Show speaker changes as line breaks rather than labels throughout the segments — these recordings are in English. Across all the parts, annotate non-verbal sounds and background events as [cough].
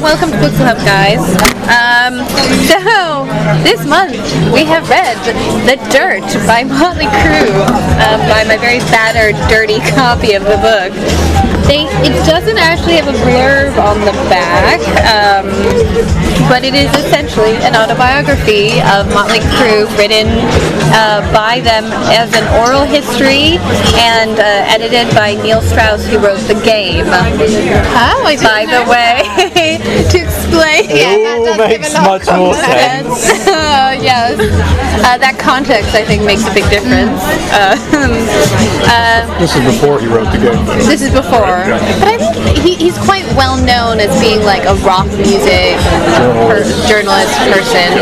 welcome to Pixel Hub, guys. Um, so this month we have read *The Dirt* by Motley Crue, um, by my very battered, dirty copy of the book. They, it doesn't actually have a blurb on the back, um, but it is essentially an autobiography of Motley Crue, written uh, by them as an oral history and uh, edited by Neil Strauss, who wrote *The Game*.
Oh, I
By the way, [laughs] to explain.
that does
Oh,
give a
makes
lot of
much more
context.
sense.
Uh, [laughs] yes. Uh, that context, I think, makes a big difference. Uh, [laughs] uh,
This is before he wrote the game.
this is before.
But I think he, he's quite well known as being like a rock music per- journalist person.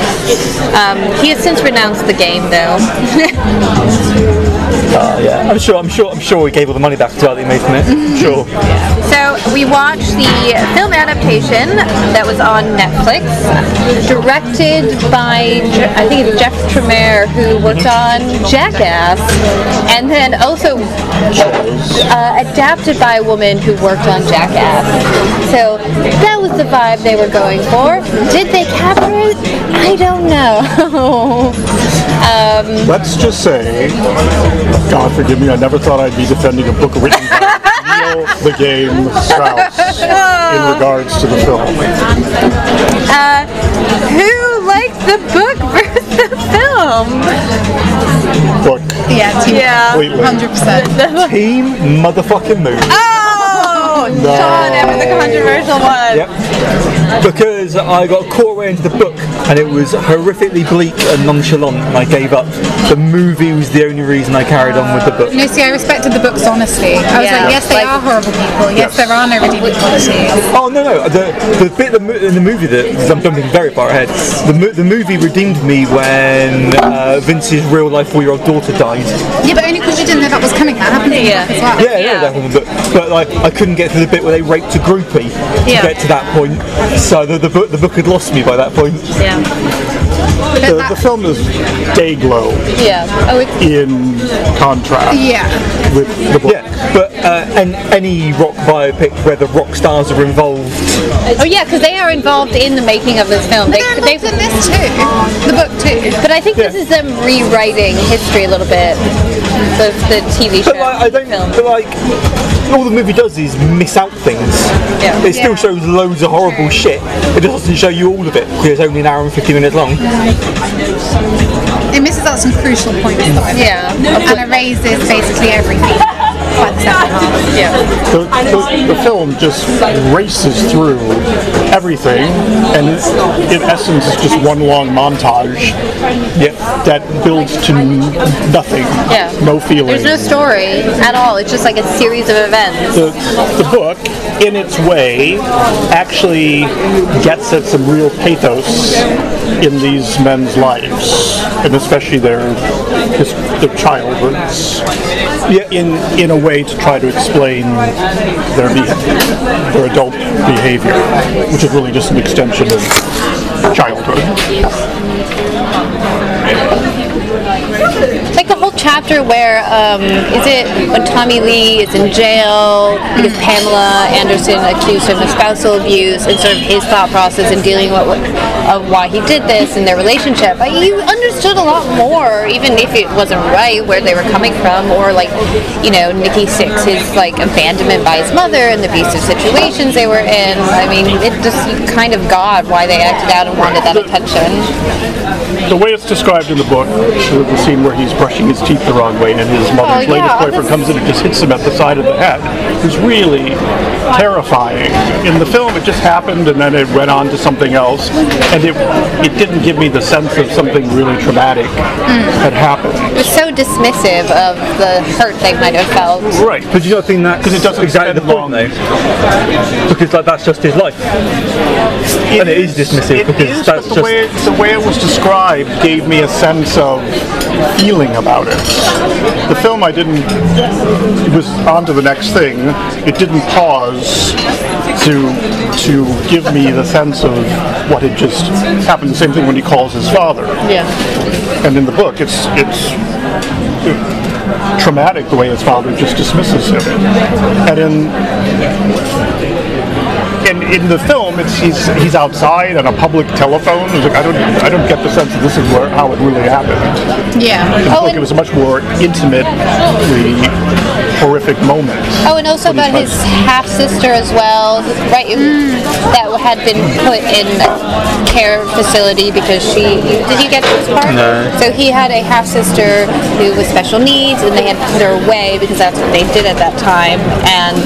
Um, he has since renounced the game, though. [laughs]
Uh, yeah, I'm sure. I'm sure. I'm sure we gave all the money back to Ali May from it.
[laughs]
sure.
so we watched the film adaptation that was on Netflix, directed by Je- I think it's Jeff Tremere, who worked on Jackass, and then also uh, adapted by a woman who worked on Jackass. So that was the vibe they were going for. Did they capture it? I don't know. [laughs] um,
Let's just say, God forgive me, I never thought I'd be defending a book written by Neil the Game Strauss in regards to the film.
uh, who liked the book [laughs] versus the film?
Book
Yeah, team.
Yeah.
completely.
100%.
Team motherfucking move.
Oh,
No.
Sean, that was a controversial one.
Yep. Because I got caught away into the book and it was horrifically bleak and nonchalant and I gave up. The movie was the only reason I carried on with the book.
No, see, I respected the books honestly. I was
Yeah.
like, yes, they
Like-
are horrible people. Yes,
Yes.
there are no redeeming qualities.
Oh no no! The, the bit the mo- in the movie that 'cause I'm jumping very far ahead. The, mo- the movie redeemed me when uh, Vince's real life four year old daughter died.
Yeah, but only because you didn't know that was coming. That happened in the
Yeah.
book as well.
Yeah, yeah, that happened, but, but like I couldn't get to the bit where they raped a groupie
Yeah.
to get to that point. So the, the book the book had lost me by that point.
Yeah.
But
The, the
that,
film is day glow
Yeah. Oh, it's
in contrast
yeah.
with the book.
Yeah, but uh, and any rock biopic where the rock stars are involved [laughs]
Oh yeah, because they are involved in the making of this film. They,
They're
they,
involved in this too. The book too.
but I think this
Yeah.
is them rewriting history a little bit. The, the TV show.
But like, I don't.
film.
But like, all the movie does is miss out things.
Yeah.
It still shows loads of horrible shit. It just doesn't show you all of it because it's only an hour and fifty minutes long.
It misses out some crucial points though. I think.
Yeah.
And erases basically
[laughs]
everything. by the second half.
Yeah.
The, the, the film just races through everything, and it, in essence, it's just one long montage
Yeah.
that builds to n- nothing.
Yeah.
No feeling.
There's no story at all. It's just like a series of events.
the, the book, in its way, actually gets at some real pathos in these men's lives, and especially their his, their childhoods. Yeah, in in a way to try to explain their behavior, their adult behavior, which is really just an extension of childhood.
It's like the whole chapter where um, is it when Tommy Lee is in jail because Pamela Anderson accused him of spousal abuse and sort of his thought process in dealing with of why he did this and their relationship. But you understood a lot more, even if it wasn't right where they were coming from, or like you know Nikki Six, his like abandonment by his mother and the abusive situations they were in. I mean, it just you kind of got why they acted out and wanted that attention.
The way it's described in the book, the the scene where he's brushing his teeth the wrong way and his mother's
Oh, yeah,
latest boyfriend
that's-
comes in and just hits him at the side of the head, is really terrifying. In the film, it just happened and then it went on to something else, and it, it didn't give me the sense of something really traumatic
Hmm.
had happened.
It was so dismissive of the hurt they might have felt.
Right.
But do you not think that?
'Cause it doesn't
exactly the point,
spend long.
though. Because like that's just his life, and it is dismissive
It
because
is, but
that's
the
just.
way, the way it was described gave me a sense of feeling about it. The film I didn't it was on to the next thing. It didn't pause to to give me the sense of what had just happened. The same thing when he calls his father.
Yeah.
And in the book it's it's traumatic the way his father just dismisses him. And in and in the film, it's he's he's outside on a public telephone. It's like I don't I don't get the sense that this is where how it really happened.
Yeah.
In the
Oh,
book,
and-
it was a much more intimately horrific moment.
Oh, and also about
Police
his half sister as well, right? That had been put in a care facility because she did he get to this part?
No.
So he had a half sister who was special needs, and they had put her away because that's what they did at that time. And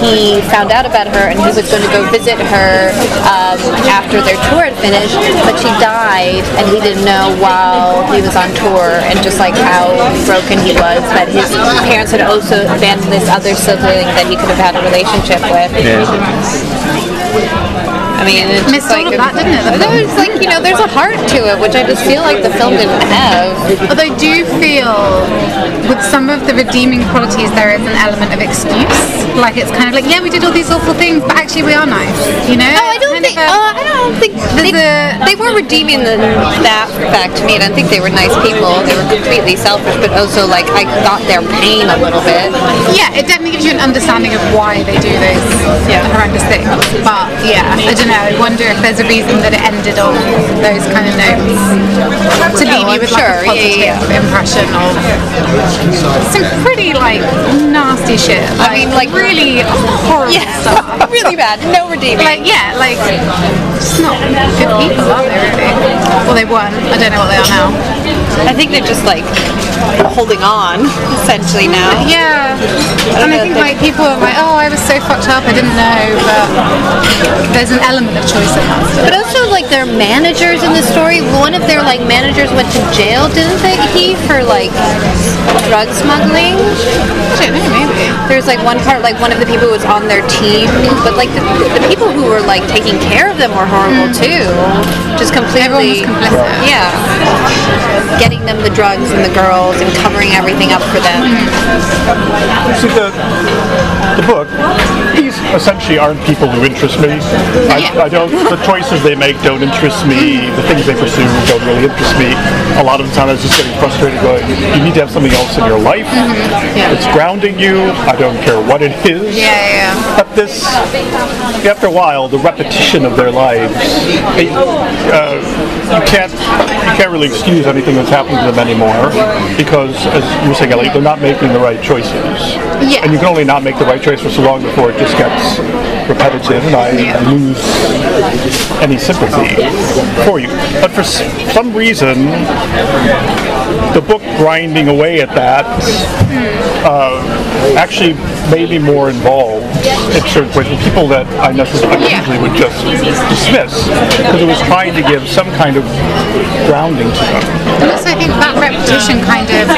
he found out about her, and he was going to go visit her um, after their tour had finished, but she died, and he didn't know while he was on tour, and just like how broken he was that his parents had also abandoned this other sibling that he could have had a relationship with. I mean, it's
Missed
just like
all of that, didn't it? The
No, it's like you know, there's a heart to it, which I just feel like the film didn't have.
But I do feel with some of the redeeming qualities, there is an element of excuse. Like it's kind of like, yeah, we did all these awful things, but actually we are nice. You know?
No, I don't
Kind of
think.
a-
Uh, I don't think they,
There's a-
they were redeeming the, that fact to me. I don't think they were nice people. They were completely selfish, but also like I got their pain a little bit. [laughs]
yeah, it definitely gives you an understanding of why they do those horrendous things. But yeah, I don't know. I wonder if there's a reason that it ended on those kind of notes to leave
I'm
you with
sure.
like
Yeah,
a positive
yeah,
impression of some pretty like nasty shit. Like,
mean, like-
really horrible stuff.
[laughs] really bad. No redeeming.
Like yeah, like just not good people, are they really? Well, they weren't. I don't know what they are now.
I think they're just like holding on essentially now.
Yeah, and I think like people are like, oh, I was so fucked up, I didn't know, but there's an element of choice in that.
But also, like their managers in the story, one of their like managers went to jail, didn't they? He for like drug smuggling.
I don't know, maybe.
There's like one part, like one of the people who was on their team, but like the, the people who were like taking care of them were horrible too. Just
Mm. Everyone
completely,
was complicit.
yeah, getting them the drugs and the girls and covering everything up for them.
See the, the book. These essentially aren't people who interest me. I,
Yeah.
I don't. The choices they make don't interest me. The things they pursue don't really interest me. A lot of the time, I was just getting frustrated. Going, you need to have something else in your life.
Mm-hmm. Yeah.
It's grounding you. I don't care what it is.
Yeah, yeah, yeah.
But this, after a while, the repetition of their lives, it, uh, you can't you can't really excuse anything that's happened to them anymore because, as you were saying, Ellie, they're not making the right choices.
Yeah.
And you can only not make the right choice for so long before it just gets repetitive, and I lose any sympathy for you. But for s- some reason, the book grinding away at that uh, actually made me more involved in certain ways with people that I necessarily
Yeah.
usually would just dismiss because it was trying to give some kind of grounding to them.
And also, I think that repetition kind of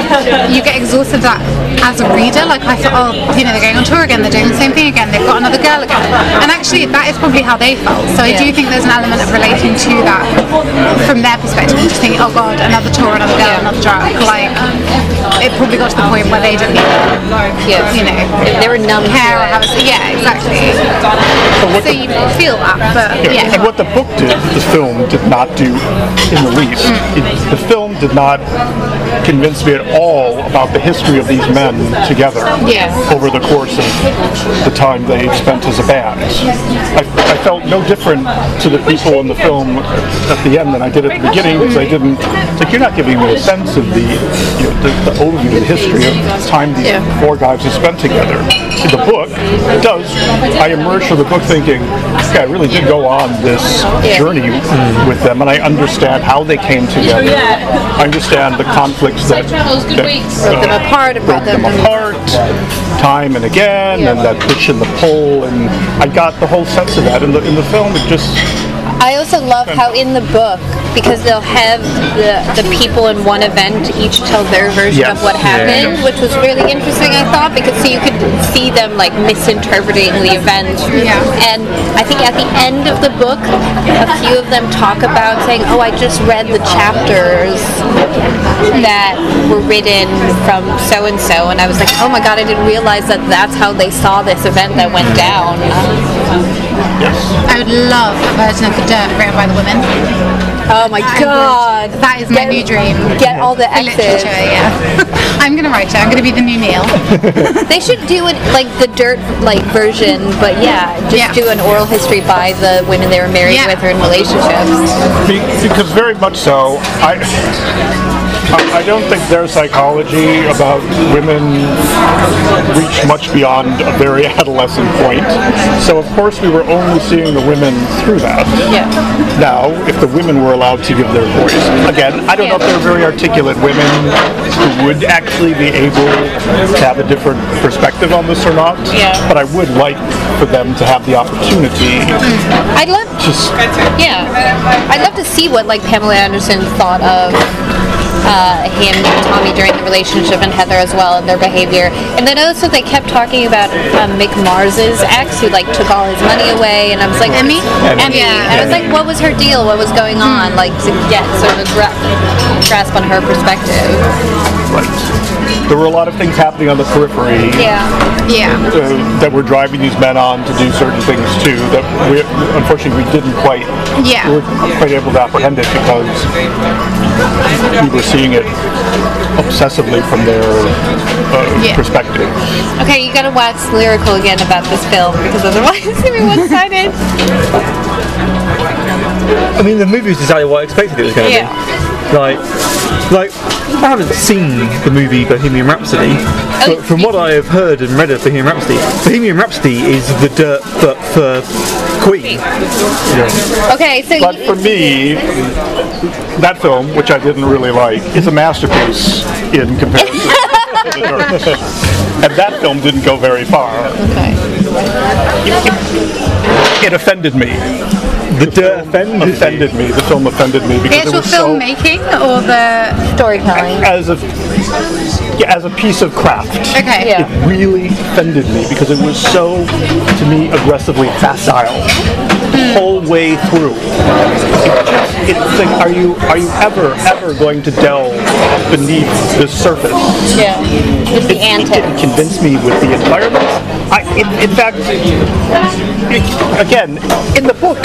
you get exhausted of that as a reader. Like I thought, oh, you know, they're going on tour again, they're doing the same thing again, they've got another girl again, and actually that is probably how they felt. So I do think there's an element of relating to that from their perspective. Just thinking, oh god, another tour, another girl, another drug. Like it probably got to the point where they didn't,
Yes.
you know,
They were numb to
care or
it.
have a, yeah, exactly. So you feel that, but yeah.
And what the book did, the film did not do in the least.
Mm.
It, the film did not convince me at all about the history of these men together
Yes.
over the course of the time they spent as a band. I, I felt no different to the people in the film at the end than I did at the beginning because I didn't. It's like you're not giving me a sense of the you know, the, the overview of the history of the time these four guys have spent together. The book does. I emerged from the book thinking, okay, I really did go on this journey with them, and I understand how they came together. I understand the conflicts that, that uh,
Broke them apart and brought
broke
them.
them apart time and again, and that push and the pull, and I got the whole sense of that in the in the film. It just
I also love how in the book, because they'll have the, the people in one event each tell their version
Yes.
of what happened,
Yeah.
which was really interesting, I thought, because so you could see them like misinterpreting the event.
Yeah.
And I think at the end of the book, a few of them talk about saying, "Oh, I just read the chapters that were written from so and so," and I was like, "Oh my god, I didn't realize that that's how they saw this event that went down."
yes.
I would love a version of the dirt written by the women.
Oh my god.
That is my new dream.
Get all the
For
X's.
literature, yeah. [laughs] I'm gonna write it. I'm gonna be the new Neil.
They should do it like the dirt like version, but yeah, just
Yeah.
do an oral history by the women they were married
Yeah.
with or in relationships.
Be- because very much so. I, I I don't think their psychology about women reached much beyond a very [laughs] adolescent point. So of course we were only seeing the women through that.
Yeah.
Now, if the women were allowed to give their voice, again, I don't know if there are very articulate women who would actually be able to have a different perspective on this or not.
Yeah.
But I would like for them to have the opportunity
I'd love
to. s-
yeah. I'd love to see what like Pamela Anderson thought of uh, him and Tommy during the relationship and Heather as well and their behavior. And then also they kept talking about um, Mick Mars's ex who like took all his money away and I was like
Emmy?
Emmy.
Yeah.
And I was like, what was her deal? What was going on? Like to get sort of a gra- grasp on her perspective.
Right. There were a lot of things happening on the periphery
Yeah.
Yeah.
uh, that were driving these men on to do certain things too. That we, unfortunately, we didn't quite.
Yeah.
We weren't quite able to apprehend it because we were seeing it obsessively from their uh,
Yeah.
perspective.
Okay, you gotta wax lyrical again about this film because otherwise [laughs] it's gonna be one sided.
I mean, the movie was exactly what I expected it was going to
Yeah.
be. Like, like I haven't seen the movie Bohemian Rhapsody, but from what I have heard and read of Bohemian Rhapsody, Bohemian Rhapsody is the dirt but for Queen.
Okay,
[laughs]
so
But
you,
for me, that film, which I didn't really like, is a masterpiece in comparison. to the Dirt. And that film didn't go very far. It offended me.
The dirt
offended, me. The film offended me
The
because it
actual
was so
filmmaking or the
storytelling.
as a yeah, as a piece of craft.
okay.
Yeah.
It really offended me because it was so, to me, aggressively facile the whole way through. It just- It's like, are you are you ever ever going to delve beneath the surface?
Yeah. Just the
It didn't
antics.
convince me with the environment. I, in, in fact, it- again, in the book,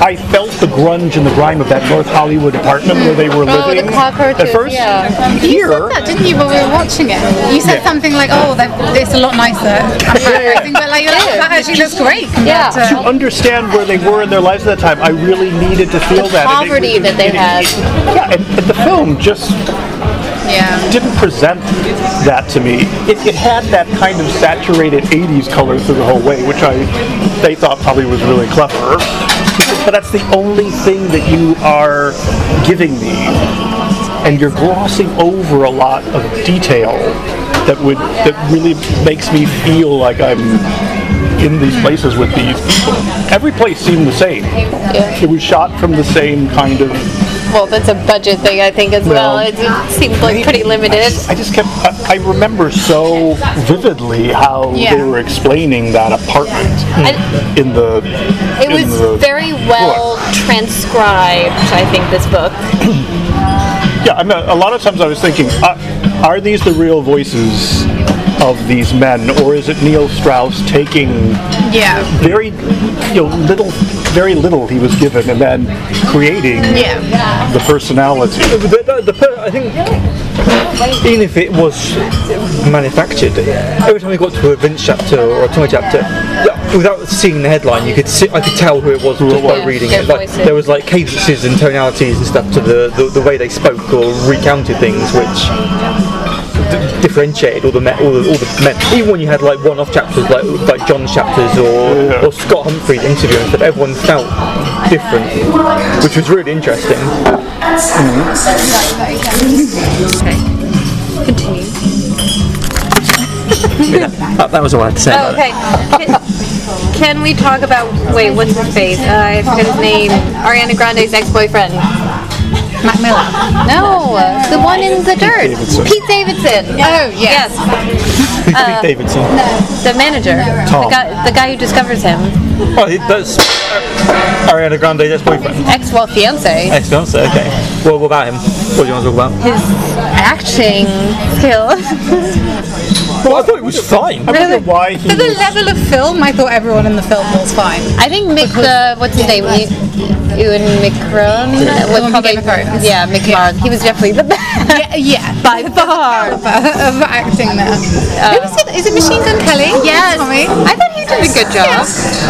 I felt the grunge and the grime of that North Hollywood apartment where they were
Oh, the
living.
cockroaches,
At first,
yeah.
You
here,
said that, didn't you, while we were watching it? You said something like, "Oh, that- it's a lot
[laughs]
nicer." I'm paraphrasing, but like, you're like,
Yeah.
that actually looks great. compared
Yeah.
to-
to understand where they were in their lives at that time, I really needed to feel
The
that. And
poverty that they had.
Yeah, and, and the film just
yeah.
didn't present that to me. It, it had that kind of saturated 80s color through the whole way, which I they thought probably was really clever. But that's the only thing that you are giving me. And you're glossing over a lot of detail that would that really makes me feel like I'm in these places with these people. Every place seemed the same. It was shot from the same kind of
Well, that's a budget thing, I think, as well.
Well-
It it seems like pretty limited.
I just kept. I, I remember so vividly how
Yeah.
they were explaining that apartment
I-
in the.
It
in
was
the-
very well transcribed, I think, this book.
Yeah, I mean, a lot of times I was thinking, uh, are these the real voices of these men, or is it Neil Strauss taking
Yeah.
very, you know, little, very little he was given, and then creating
Yeah.
the personality?
The, the, the per- I think even if it was manufactured, every time you got to a Vince chapter or a Tommy chapter, yeah, without seeing the headline, you could see, I could tell who it was just by
was.
reading
Their
it. Like,
voices.
there was like cadences and tonalities and stuff to the, the, the way they spoke or recounted things, which d- differentiated all the, me- all the all the men. Even when you had like one-off chapters, like like John's chapters or or Scott Humphrey's interview and stuff, everyone felt different, which was really interesting.
That, that was all I had to say
Oh,
about it.
okay. Can, can we talk about, wait, what's his face? Uh, I forgot his name. Ariana Grande's ex boyfriend.
Mac Miller.
No, the one in the dirt. Pete Davidson.
Oh,
Yes,
yes.
Davidson.
the manager. The, guy, the guy who discovers him.
Oh, he- that's Ariana Grande's ex-boyfriend.
Ex well, fiance.
Ex-fiance, okay. Well, what about him? What do you want to talk about?
His acting skills.
Well, I thought it was fine.
I wonder why he
For the
was
level of film, I thought everyone in the film was fine.
I think Mick, the uh, what's his name, E- Ewan McCrone was
Ewan
probably
McCrone.
yeah McMahon. He was definitely the best.
Yeah, yeah, by far of acting there.
Who was it? Is it Machine Gun Kelly? Uh, Yes.
Tommy.
I thought he did a good job.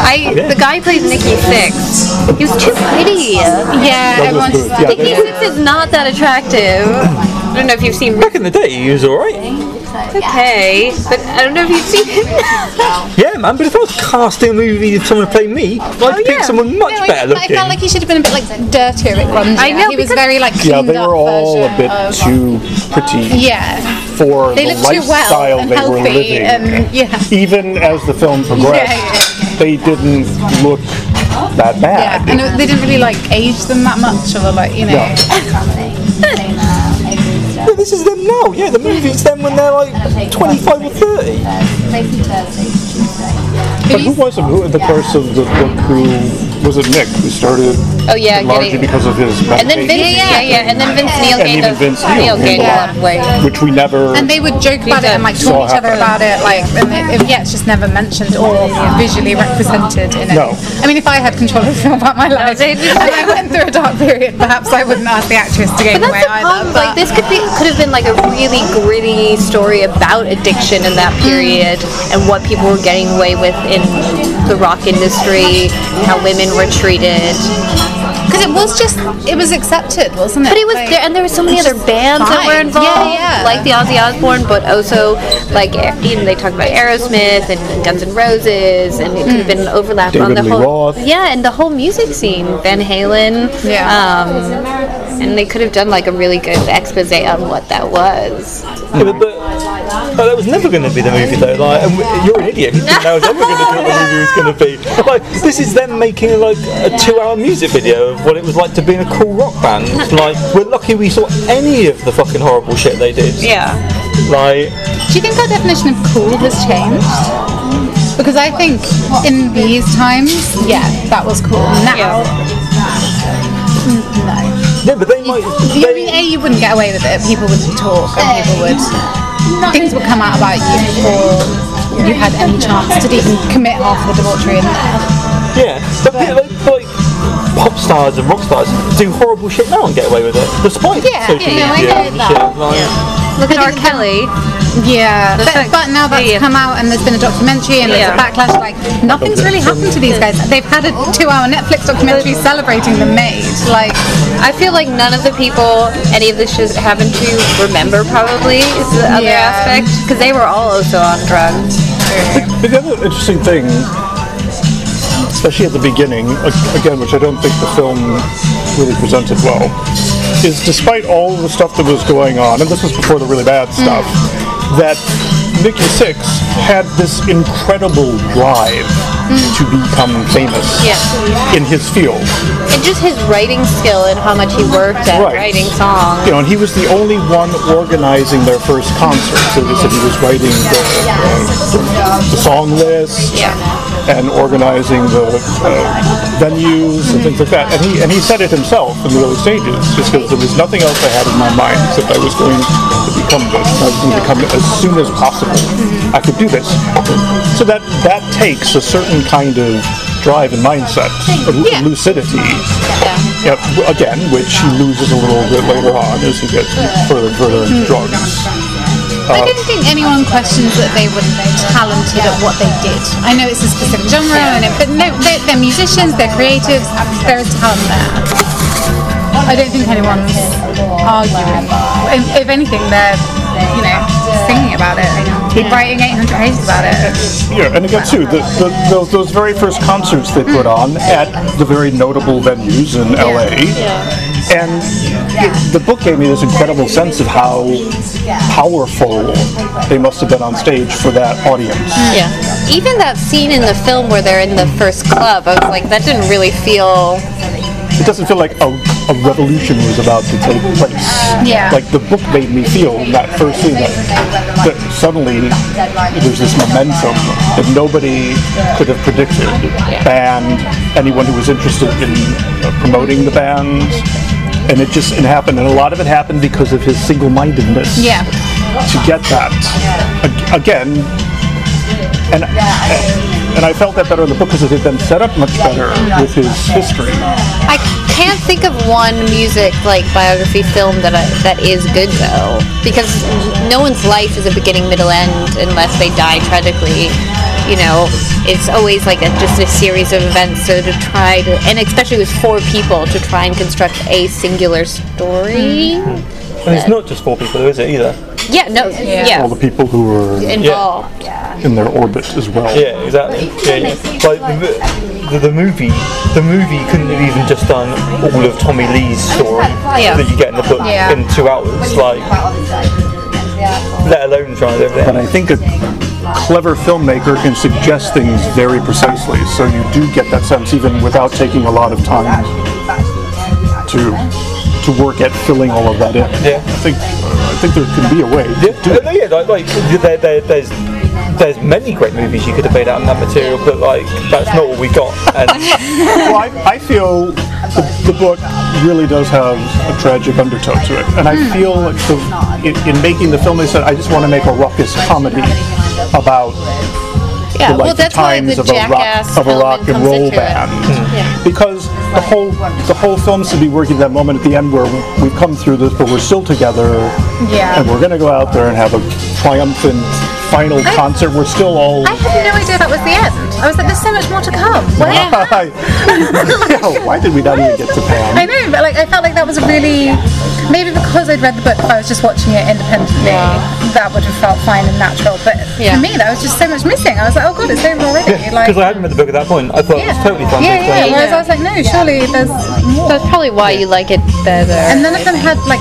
I the guy who plays Nikki Six. He was too pretty.
Yeah,
Douglas
everyone's
Booth,
like,
yeah,
Nikki Six is not that attractive. I don't know if you've seen.
Back in the day, he was alright.
Okay, but I don't know if you've seen. [laughs]
Yeah, man, but if I was casting a movie with someone playing me, I'd pick
yeah.
someone much
No, I-
better
I
looking.
felt like he should have been a bit like dirtier at Ronda.
I know,
he was
because-
very like
Yeah,
cleaned
they
up
were all a
version
bit
of-
too pretty
Yeah,
for
they
the
looked too well
lifestyle
and
they were
healthy,
living.
and yeah,
Even as the
[laughs]
film progressed,
Yeah,
they didn't look that
yeah,
bad.
and it- they didn't really like age them that much, or like you know.
Yeah.
Yeah, this is them now. Yeah, the movie's them when they're like 25 or 30.
But who was it? Who, in the course of the book, who was it? Nick who started
Oh, yeah,
largely
getting-
because of his
And then Vince,
meditation,
yeah, yeah, and then Vince Neil
And
gained
even
a,
Vince
Neil
Neil
gained a
gained
lot of weight.
which we never.
And they would joke about it and like
Saw
talk to each other
happen.
about it, like, and it, it- yeah, it's just never mentioned or visually represented in it.
No.
I mean, if I had control of film about my life
they'd
and
be-
I went through a dark period, perhaps I wouldn't ask the actress to gain
But
away
that's the
either.
problem. Like this could be could have been like a really gritty story about addiction in that period and what people were getting away with in the rock industry, how women were treated.
because it was just, it was accepted, wasn't it?
But it was
Like-
there, and there were so many other bands that were
fine.
involved,
Yeah, yeah.
like the Ozzy Osbourne, but also like you know, they talked about Aerosmith and Guns N' Roses, and it could
Mm.
have been an overlap on
David
the
Lee
whole
Roth.
yeah, and the whole music scene, Van Halen,
Yeah.
um, and they could have done like a really good expose on what that was.
Yeah, but, but, but that was never going to be the movie though. Like, and w- you're an idiot. if You think that was ever going to be what the movie was going to be. Like, this is them making like a two-hour music video of what it was like to be in a cool rock band. Like, we're lucky we saw any of the fucking horrible shit they did.
Yeah,
Like,
Do you think our definition of cool has changed? Because I think in these times, yeah, that was cool. Now,
yeah, but they might.
you, I
They,
mean, A, you wouldn't get away with it. People would talk and people would. Things would come out about you before you had any chance to even commit half the debauchery in there.
yeah, but people like, like pop stars and rock stars do horrible shit now and get away with it, despite
Yeah,
social
yeah, I
media
get
and
that.
shit. Like,
look at R. Kelly.
Yeah.
That's
But,
like-
but now that's
yeah.
come out and there's been a documentary and there's a
Yeah.
backlash, like, nothing's really happened to these guys. They've had a two hour Netflix documentary celebrating the maid. Like,
I feel like none of the people any of this should happen to remember probably is the other
Yeah.
aspect because they were all also on drugs.
But the other interesting thing, especially at the beginning, a- again, which I don't think the film really presented well, is despite all the stuff that was going on, and this was before the really bad stuff, that Nikki Six had this incredible drive to become famous
Yeah.
in his field.
And just his writing skill and how much he worked at
Right.
writing songs.
You know, and he was the only one organizing their first concert. So they said he was writing the, uh, the song list and organizing the uh, venues and things like that. And he and he said it himself in the early stages, just because there was nothing else I had in my mind except I was going to become this. I was going to become as soon as possible. I could do this. So that that takes a certain kind of drive and mindset, a lu- lucidity. Yeah, w- again, which he loses a little bit later on as he gets further Mm-hmm. and further into drugs.
I don't think anyone questions that they were talented at what they did. I know it's a specific genre, and it, but no, they're, they're musicians, they're creatives, there is talent there. I don't think anyone's arguing. If, if anything, they're you know singing about it, writing 800 pages about it.
Yeah, and again, too, the, the, those, those very first concerts they put on at the very notable venues in LA. And it, the book gave me this incredible sense of how powerful they must have been on stage for that audience.
Yeah. Even that scene in the film where they're in the first club, I was like, that didn't really feel.
It doesn't feel like a, a revolution was about to take place.
Yeah.
Like the book made me feel in that first scene that, that suddenly there's this momentum that nobody could have predicted. Band, anyone who was interested in uh, promoting the band, and it just it happened. And a lot of it happened because of his single-mindedness.
Yeah.
To get that, Ag- again, and and I felt that better in the book because it had been set up much better with his history.
I can't think of one music like biography film that I, that is good though, because no one's life is a beginning, middle, end unless they die tragically. You know, it's always like a, just a series of events. So to try to, and especially with four people, to try and construct a singular story.
And it's not just four people, though, is it either?
Yeah, no,
All
Mm-hmm. yeah,
the people who were
involved.
in their orbit as well.
Yeah, exactly. Yeah, yeah. Like the, mo- the, the movie, the movie couldn't have even just done all of Tommy Lee's story
Yeah.
that you get in the book
Yeah.
in two hours. Like, let alone trying to do
But I
everything.
think a clever filmmaker can suggest things very precisely, so you do get that sense even without taking a lot of time to to work at filling all of that in.
Yeah.
I think uh, I think there can be a way.
Yeah, no, no, yeah, like, like there, there, there's there's many great movies you could have made out of that material, but like that's not what we got.
[laughs]
And
Well, I, I feel the, the book really does have a tragic undertone to it, and I feel like the, in, in making the film, they said I just want to make a ruckus comedy about
Yeah,
the, like,
well,
the
that's why
times
the
of a rock,
jackass
of a
element
rock and
comes
roll
into it.
band. Because the whole the whole film should be working at that moment at the end where we- we've come through this, but we're still together,
Yeah.
and we're going to go out there and have a triumphant final concert. We're still all.
I
[laughs]
had no idea that was the end. I was like, there's so much more to come. Why-
Yeah, Why did we not even get to Pam?
I know, but like I felt like that was a really maybe because I'd read the book. If I was just watching it independently, that would have felt fine and natural. But
Yeah.
for me, that was just so much missing. I was like, oh god, it's over already. Like,
because I hadn't read the book at that point, I thought it was totally fun. to
yeah, yeah.
explain.
Whereas I was like, no, surely there's more.
That's probably why you like it better.
And none of them had like.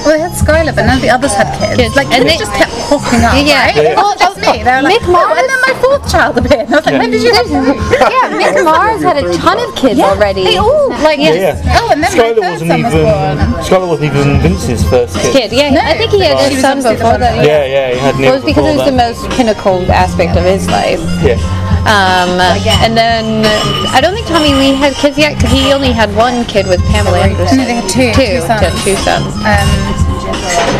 Well, they had Skylar, but none of the others had kids.
Kids.
Like,
And
and
they-
they just kept popping up.
Yeah, yeah.
right?
Yeah,
It wasn't
yeah.
just me. They were like,
Mick Mars-
oh, and then my fourth child appeared. And I was like, when did you do that?
Yeah, Mick Mars had a ton of kids already.
They all like,
yeah.
oh, and then my
Skylar
third
wasn't
son
even
was born.
Skylar wasn't even Vince's first kid.
Kid, yeah. I think he had
She
his
was
son
obviously the
before
one
that.
that-
Yeah, yeah, he had
It
Neil
was because it was
before
the most pinnacle aspect of his life.
that. Yeah,
Um, and then I don't think Tommy Lee had kids yet because he only had one kid with Pamela Anderson.
No, they had two,
Two,
two sons.
yeah, two sons.
Um,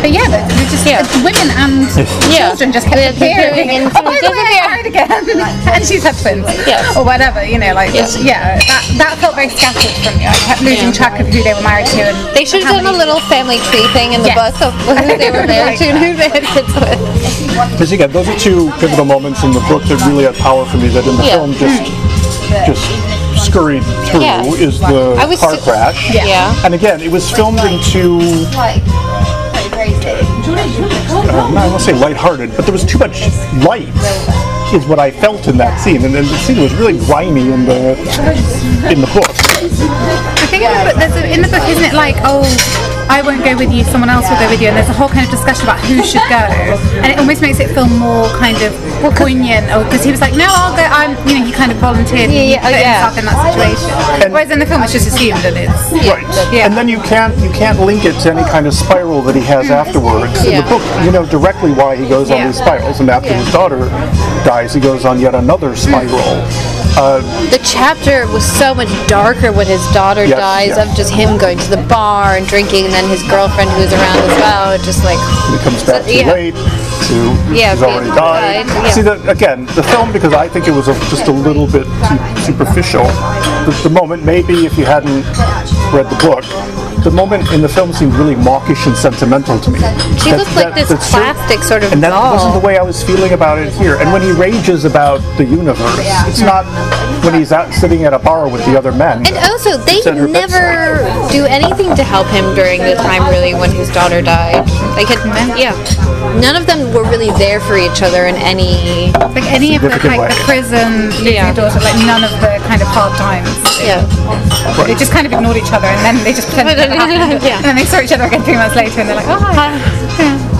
but yeah, but we just
Yeah.
the women and
[laughs] Yeah.
children just kept
They- they
appearing.
appearing
[laughs]
and
oh, by the way,
disappearing.
I married again, [laughs] and she's had twins,
Yes.
or whatever. You know, like it's- yeah, that, that felt very scattered from you. I kept losing track of who they were married to, and
They should have done a little family tree thing in the
Yes.
book of who they were married to and who they had kids with.
Because again, those are two pivotal moments in the book that really had power for me. That in the
Yeah.
film just just scurried through
Yeah.
is the
I was
car
so-
crash.
Yeah. Yeah.
And again, it was filmed in two. Uh, no, I won't say lighthearted, but there was too much light. Is what I felt in that scene, and then the scene was really grimy in the in the book.
I think in the book, there's a, in the book, isn't it like, oh, I won't go with you, someone else will go with you, and there's a whole kind of discussion about who should go, and it almost makes it feel more kind of poignant, because he was like, no, I'll go. I'm, you know, he kind of volunteered,
Yeah, yeah,
and he put
yeah.
himself in that situation. Whereas in the film, it's just assumed, and it's
Right.
Yeah.
And then you can't you can't link it to any kind of spiral that he has afterwards. In
Yeah.
the book, you know directly why he goes on
Mm. Yeah.
these spirals. And after his daughter dies, he goes on yet another spiral. Uh,
The chapter was so much darker when his daughter
Yes,
dies
yeah.
of just him going to the bar and drinking, and then his girlfriend who was around as well, just like
he comes back too
yeah.
late. To
Yeah,
he's already
he's
died.
died, yeah.
See that again. The film, because I think it was a, just a little bit too superficial. The, the moment, maybe if you hadn't read the book, the moment in the film seemed really mawkish and sentimental to me.
she
That-
looked like
that-
this
that cer-
plastic sort of
And that
doll.
wasn't the way I was feeling about it here. And when he rages about the universe, it's not when he's out sitting at a bar with the other men.
And also, they
It's at her
never do anything to help him during the time really when his daughter died. They could, yeah. None of them were really there for each other in any.
Like any of the
Significant
like the
way.
prison, losing
Yeah.
your daughter, like none of the kind of hard times.
Yeah.
They just kind of ignored each other, and then they just
[laughs]
pretended. it never happened.
Yeah.
And then they saw each other again three months later, and they're like, oh hi.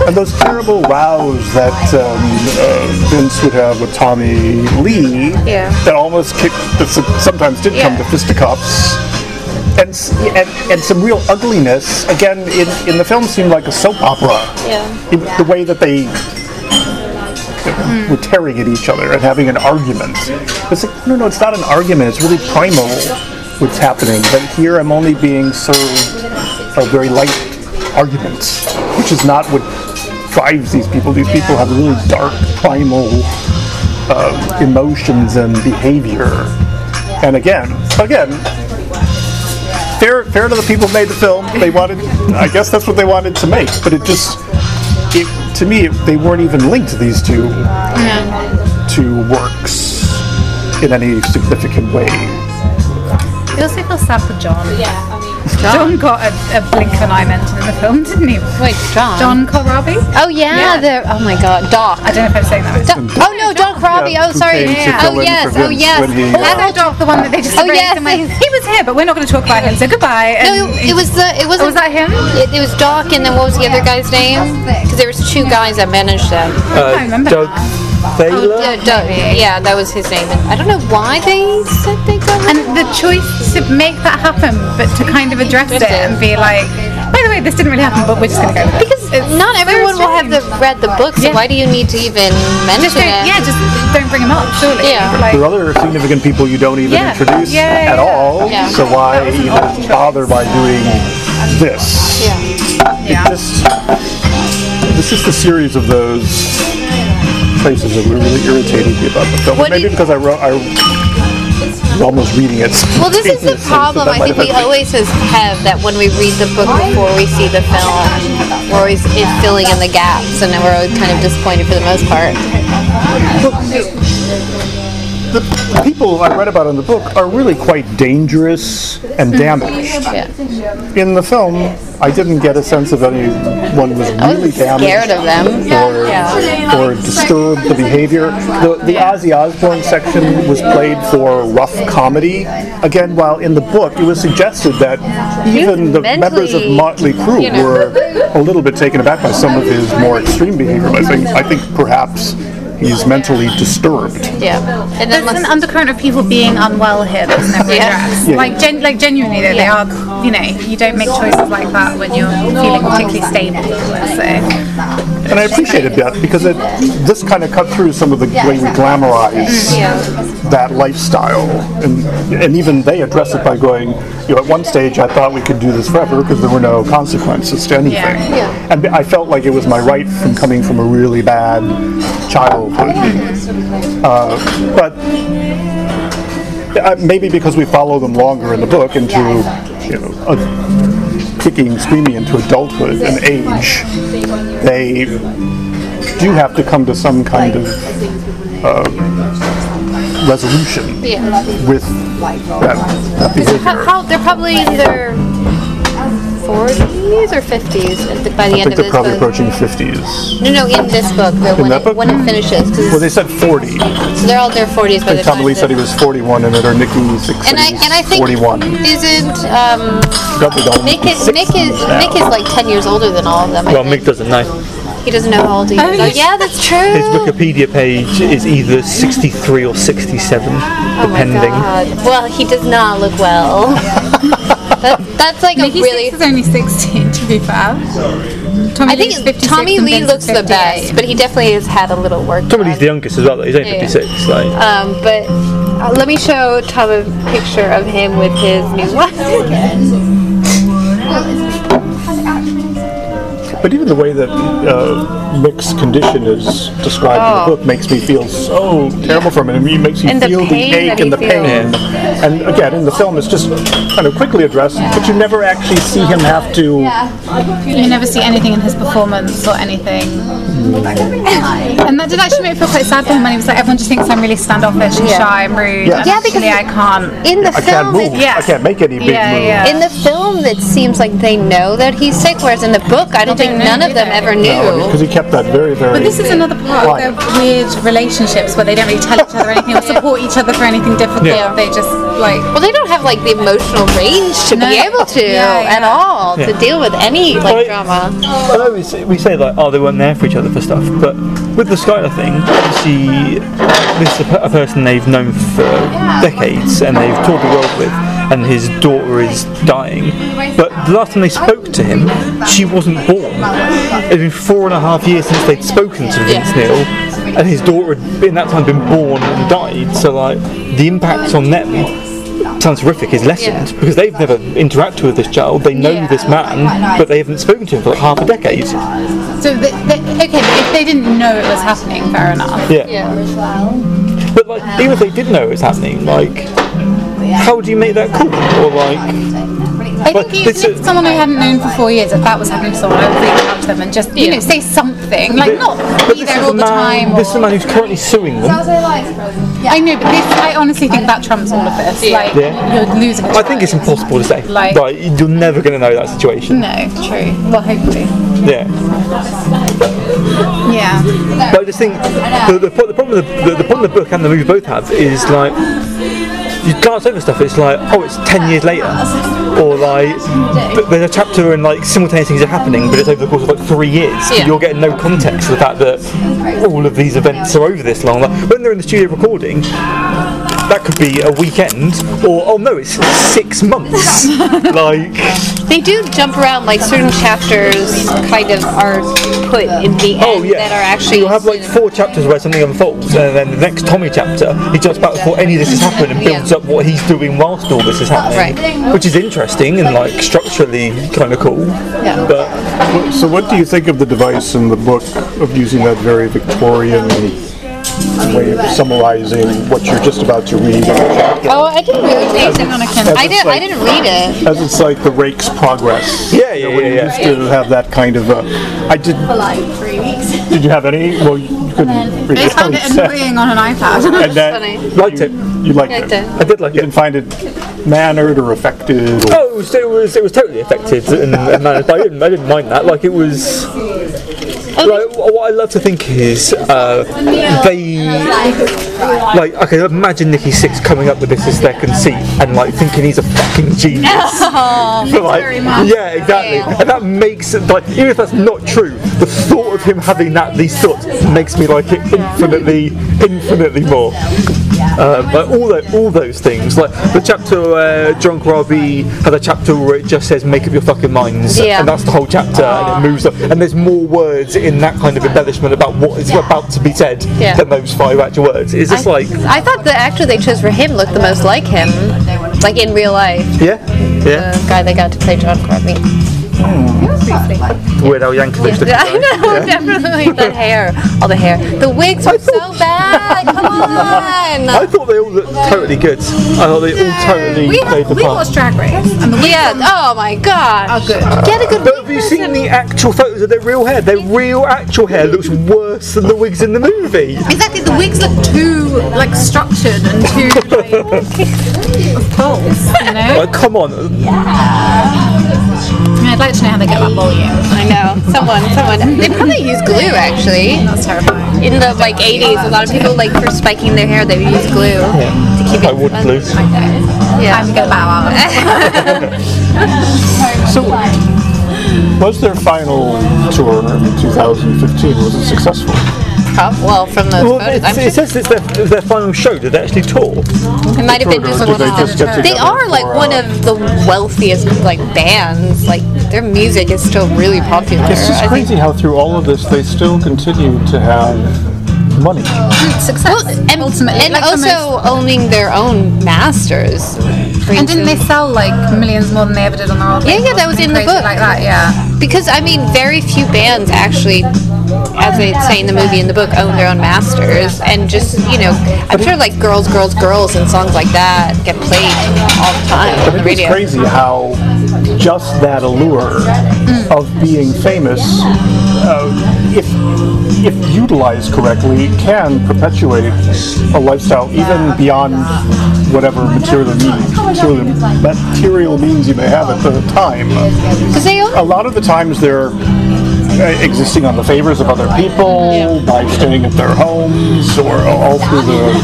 And those terrible rows that um, uh, Vince would have with Tommy Lee,
Yeah.
that almost kicked, that s- sometimes did come
Yeah.
to fisticuffs. And, s- and, and some real ugliness again in, in the film seemed like a soap opera
Yeah.
in the way that they were tearing at each other and having an argument. It's like, no, no, it's not an argument. It's really primal what's happening. But here I'm only being served a very light argument, which is not what drives these people. These people have really dark, primal uh, emotions and behavior. And again, again, fair fair to the people who made the film. They wanted, I guess that's what they wanted to make. But it just, it, to me, it, they weren't even linked these two two works in any significant way.
It also feels sad for John. Yeah. John got a, a blink an eye mention in the film, didn't he?
Wait, John.
John Kohlrabi?
Oh yeah,
Yeah.
the oh my god, Doc.
I don't know if I'm saying that right.
Do- oh no, Doc Robbie.
Yeah,
Oh
who
sorry.
came to
Oh
fill in
yes.
for
Oh
Vince
yes.
when he, uh,
That's
That's Doc, the one that they just
Oh,
erased
yes,
and went,
yes.
he was here, but we're not going to talk about him, so goodbye. And
No, it, it was the. It was.
Oh, was that him?
It, it was Doc, and then what was the other guy's name? Because there was two guys that managed them.
I can't remember.
Doug Thaler?
Uh, Doug, yeah, that was his name. And I don't know why they said they got. rid
And
of-
the choice to make that happen, but to kind of address it and be like, by the way, this didn't really happen, but we're just going to go with it.
because not everyone will have the, read the book, so
Yeah.
why do you need to even
Just
mention
don't,
it?
yeah, just don't bring him up, surely.
Yeah.
Like,
There are other significant people you don't even
Yeah.
introduce
Yeah, yeah,
at
yeah.
all,
Yeah.
so why even bother by doing this?
yeah.
yeah.
Just, this is the series of those places that were really irritating me about the film.
What do
Maybe
you-
because I wrote, I was almost reading it. [laughs]
Well, this is
simultaneously,
the
so
problem
that
I
might
think we
have been-
always has- have that when we read the book before we see the film, we're always in filling in the gaps, and then we're always kind of disappointed for the most part.
the people I read about in the book are really quite dangerous and damaged.
Yeah.
In the film, I didn't get a sense of anyone was really damaged.
scared of them.
Or,
Yeah.
or disturbed the behavior. The, the Ozzy Osbourne section was played for rough comedy. Again, while in the book, it was suggested that even the members of
mentally,
Motley Crue
you know.
were a little bit taken aback by some of his more extreme behavior. I think, I think perhaps he's mentally disturbed.
Yeah. And then
There's an
let's,
undercurrent of people being unwell here that's never
Yeah.
addressed. Like, gen- like genuinely, though, they are. You know, you don't make choices like that when you're feeling particularly stable. Let's say.
And I appreciated that because it, this kind of cut through some of the way we
Mm,
glamorize that lifestyle. And, and even they address it by going, you know, at one stage I thought we could do this forever because there were no consequences to anything.
Yeah.
And I felt like it was my right from coming from a really bad childhood. Uh, but uh, maybe because we follow them longer in the book into, you know, a, kicking, screaming into adulthood and age, they do have to come to some kind of uh, resolution
yeah.
with that, that
Pro-
behavior.
pro- they're probably in their 40s or 50s at the, by the
I
end
think
of
they're
this
probably
book.
approaching 50s.
no, no, in this book, though, when,
that
it,
book?
when it finishes,
Well,
because
they said 40.
they're all in their 40s by the
Tom
time.
Lee
this-
said he was 41, and that our Nikki said
and I
he was
and I think
41.
isn't um,
Double double.
Nick is Nick is
now.
Nick is like 10 years older than all of them. I
Well,
think.
Mick doesn't know.
He doesn't know how old he is. Oh, yeah, that's true.
His Wikipedia page is either 63 or 67,
Oh my
depending.
God. Well, he does not look well.
[laughs]
that, that's like a
Nikki
really.
Sixx is only 16, to be fair. Tommy
I think
Lee's 56
Tommy
and
Lee
Vince is
looks the
58.
best, but he definitely has had a little work.
Somebody's the
done.
youngest as well, though. he's only
Yeah, yeah.
56. Like.
Um, but uh, let me show Tom a picture of him with his new wife.
But even the way that uh, Mick's condition is described in
Oh.
the book makes me feel so terrible for him. and It makes you
And the
feel the
pain that
ache
he
and the
feels.
pain. And again, in the film, it's just kind of quickly addressed, but you never actually see him have to.
You never see anything in his performance or anything. and that did actually make me feel quite sad for him when he was like, everyone just thinks I'm really standoffish and
Yeah.
shy and rude.
Yeah.
and
Yeah,
because-
actually I can't.
In the
I can't
film,
move.
it,
yeah.
I can't make any big
Yeah,
move.
yeah.
in the film, it seems like they know that he's sick, whereas in the book, I don't
They
think
don't know,
none of
do
them
they?
ever
Because
knew.
he kept that very, very.
But this is another part
Why?
of the weird relationships where they don't really tell each other anything or support each other for anything difficult.
Yeah.
They just like
Well, they don't have like the emotional range to
No.
be able to
Yeah, yeah.
at all to deal with any like
Well, it-
drama.
I know we say, we say like, oh, they weren't there for each other for stuff, but with the Skylar thing, obviously, this is a, per- a person they've known for decades and they've toured the world with, and his daughter is dying. But the last time they spoke to him, she wasn't born. It had been four and a half years since they'd spoken to Vince Neil, and his daughter had in that time been born and died. So like, the impact on them sounds horrific is lessened
Yeah.
because they've never interacted with this child. They know
Yeah.
this man, but they haven't spoken to him for like half a decade.
So, the, the, okay, but if they didn't know it was happening, fair enough.
Yeah.
Yeah.
But like, even if they did know it was happening, like, how do you make that cool? Or like,
I
But
think even
it's a-
if someone I hadn't known for four years, if that was happening to someone, I would reach out to them and just, you know, say something. Like, not
but
be
this
there
is
all
the
the
man.
time.
This is the
or-
man who's currently suing them.
I know, but this, I honestly think that trumps all of this. Like,
Yeah.
you're losing.
I think it's impossible to say.
Like-
Like, you're never going to know that situation.
No, true. Well, hopefully.
Yeah.
Yeah.
But I just think the, the, pro- the problem with the, the, the problem the book and the movie both have is like you glance over stuff. It's like oh, it's ten years later, or like th- there's a chapter and like simultaneous things are happening, but it's over the course of like three years.
Yeah.
You're getting no context of the fact that all of these events are over this long. Like when they're in the studio recording. That could be a weekend, or oh no, it's six months. like,
They do jump around, like certain chapters kind of are put in the end
oh yeah,
that are actually.
you'll have like four chapters where something unfolds, and then the next Tommy chapter, he jumps back before any of this has happened and builds
Yeah.
up what he's doing whilst all this is happening,
Right.
which is interesting and like structurally kind of cool.
Yeah.
But
So, what do you think of the device in the book of using that very Victorian way of summarizing what you're just about to read?
Oh, I didn't really read it.
on a Kindle.
I did. I didn't read it.
As it's like the rake's progress.
yeah, yeah,
You know, when
yeah,
you
yeah.
used to have that kind of. Uh, I did. Did you have any? Well, you couldn't read
They
it.
found it annoying on an iPad.
[laughs] And that,
funny.
liked it.
You liked,
Liked
it.
it.
I did like
You
it.
didn't find it mannered or affected. Or,
Oh, it was, it was it was totally affected and, and managed, but I didn't I didn't mind that. Like it was.
Oh,
Like, wh- what I love to think is uh, they like okay. Imagine Nikki Six coming up with this as their conceit and like thinking he's a fucking
[laughs]
genius.
Oh,
[laughs] For, like, yeah, exactly.
Yeah.
And that makes it like even if that's not true, the thought of him having that these thoughts makes me like it infinitely, infinitely more. Um, like all those, all those things. Like the chapter where John Corabi had a chapter where it just says "Make up your fucking minds,"
Yeah.
and that's the whole chapter, and it moves on. And there's more words in that kind of embellishment about what is about to be said
Yeah.
than those five actual words. It's just like,
I thought the actor they chose for him looked the most like him, like in real life,
yeah, yeah.
the guy that got to play John Courtney.
Weird Al Yankovic. looking
I
Hmm. guy.
know, definitely
[laughs]
that hair, all the hair, the wigs were so bad. Come
[laughs] I
on.
thought they all looked totally good. I thought they all totally
We,
played the
have, we
part.
watched Drag Race. And the
Yeah. Oh my God.
Oh, good.
Get a good.
But have you seen the actual photos of their real hair? Their real actual hair looks worse than the wigs in
[laughs]
the movie.
Exactly, the wigs look too like structured and too like false, you know.
Like, come on,
I'd like to know how they get that volume.
I know. Someone. Someone. They probably use glue actually.
That's terrifying.
in the like 80s a lot of people like for spiking their hair they would use glue to keep it
I would lose.
I'm
yeah
gonna bow out.
was their final tour in 2015? Was it successful?
prob- well from those
Well,
photos
it's,
I'm
it
sure
says it's their, it's their final show. Did they actually tour?
it might have been
Or
just
did
one
they
of
just get
they
together
are like
for,
one
uh,
of the wealthiest like bands like their music is still really popular
It's just
I think-
crazy how through all of this they still continue to have money.
[laughs] Success.
and,
ultimately,
and
like the most-
also owning their own masters for
and didn't they
instance.
sell like millions more than they ever did on their own?
Yeah, yeah, that was in the book.
Like that, yeah.
because I mean very few bands actually as they say in the movie and the book own their own masters and just you know I'm sure like girls girls girls and songs like that get played all the time on the
It's
radio
crazy how just that allure of being famous, uh, if if utilized correctly, can perpetuate a lifestyle even beyond whatever material means, material, material means you may have at the time.
because they
a
own
lot of the times they're uh, existing on the favors of other people by staying at their homes or all through the.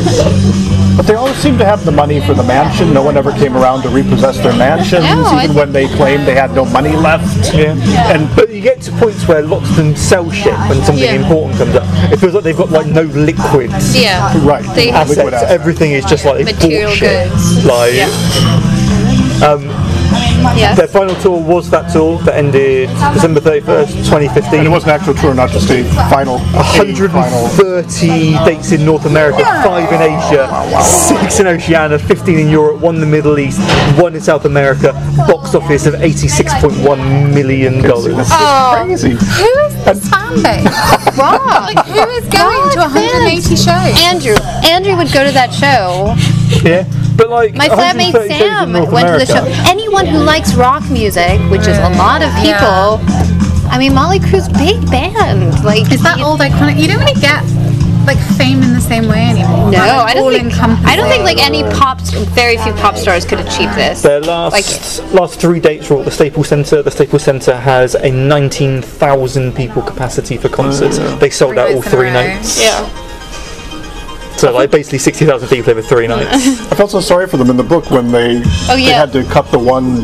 But they always seem to have the money for the mansion. No one ever came around to repossess their mansions,
No, I-
even when they claimed they had no money left.
And but you get to points where lots of them sell shit when something
Yeah.
important comes up. It feels like they've got like no liquid
yeah
Right.
They-
Liquid
assets.
assets.
Everything is just like
Material
bought shit.
goods.
Like.
Yeah.
Um,
Yes.
Their final tour was that tour that ended December 31st, 2015.
And it was an actual tour, not just a final. a final.
130 dates in North America, five in Asia, six in Oceania, 15 in Europe, one in the Middle East, one in South America. Box office of 86.1 million dollars.
Oh,
Crazy.
who is this fan base?
[laughs]
What? Like, who [laughs] is going to 180 shows?
Andrew, Andrew would go to that show.
Yeah, but like
My flatmate
130 shows in
Sam
North
went to the
America.
show. Anyone who likes rock music, which is a lot of people, I mean, Molly Crew's big band. Like,
Is that old iconic? You don't really get like fame in the same way anymore.
No,
Like,
I don't
all
think. I don't think
encompassing.
like any pop. st- Very few pop stars could achieve this.
Their last last three dates were at the Staples Center. The Staples Center has a 19,000 people capacity for concerts.
Oh.
They sold out all
Three
three
nights in a row.
nights.
yeah.
So like basically 60,000 people over three nights.
I felt so sorry for them in the book when they,
Oh,
they
yeah.
had to cut the one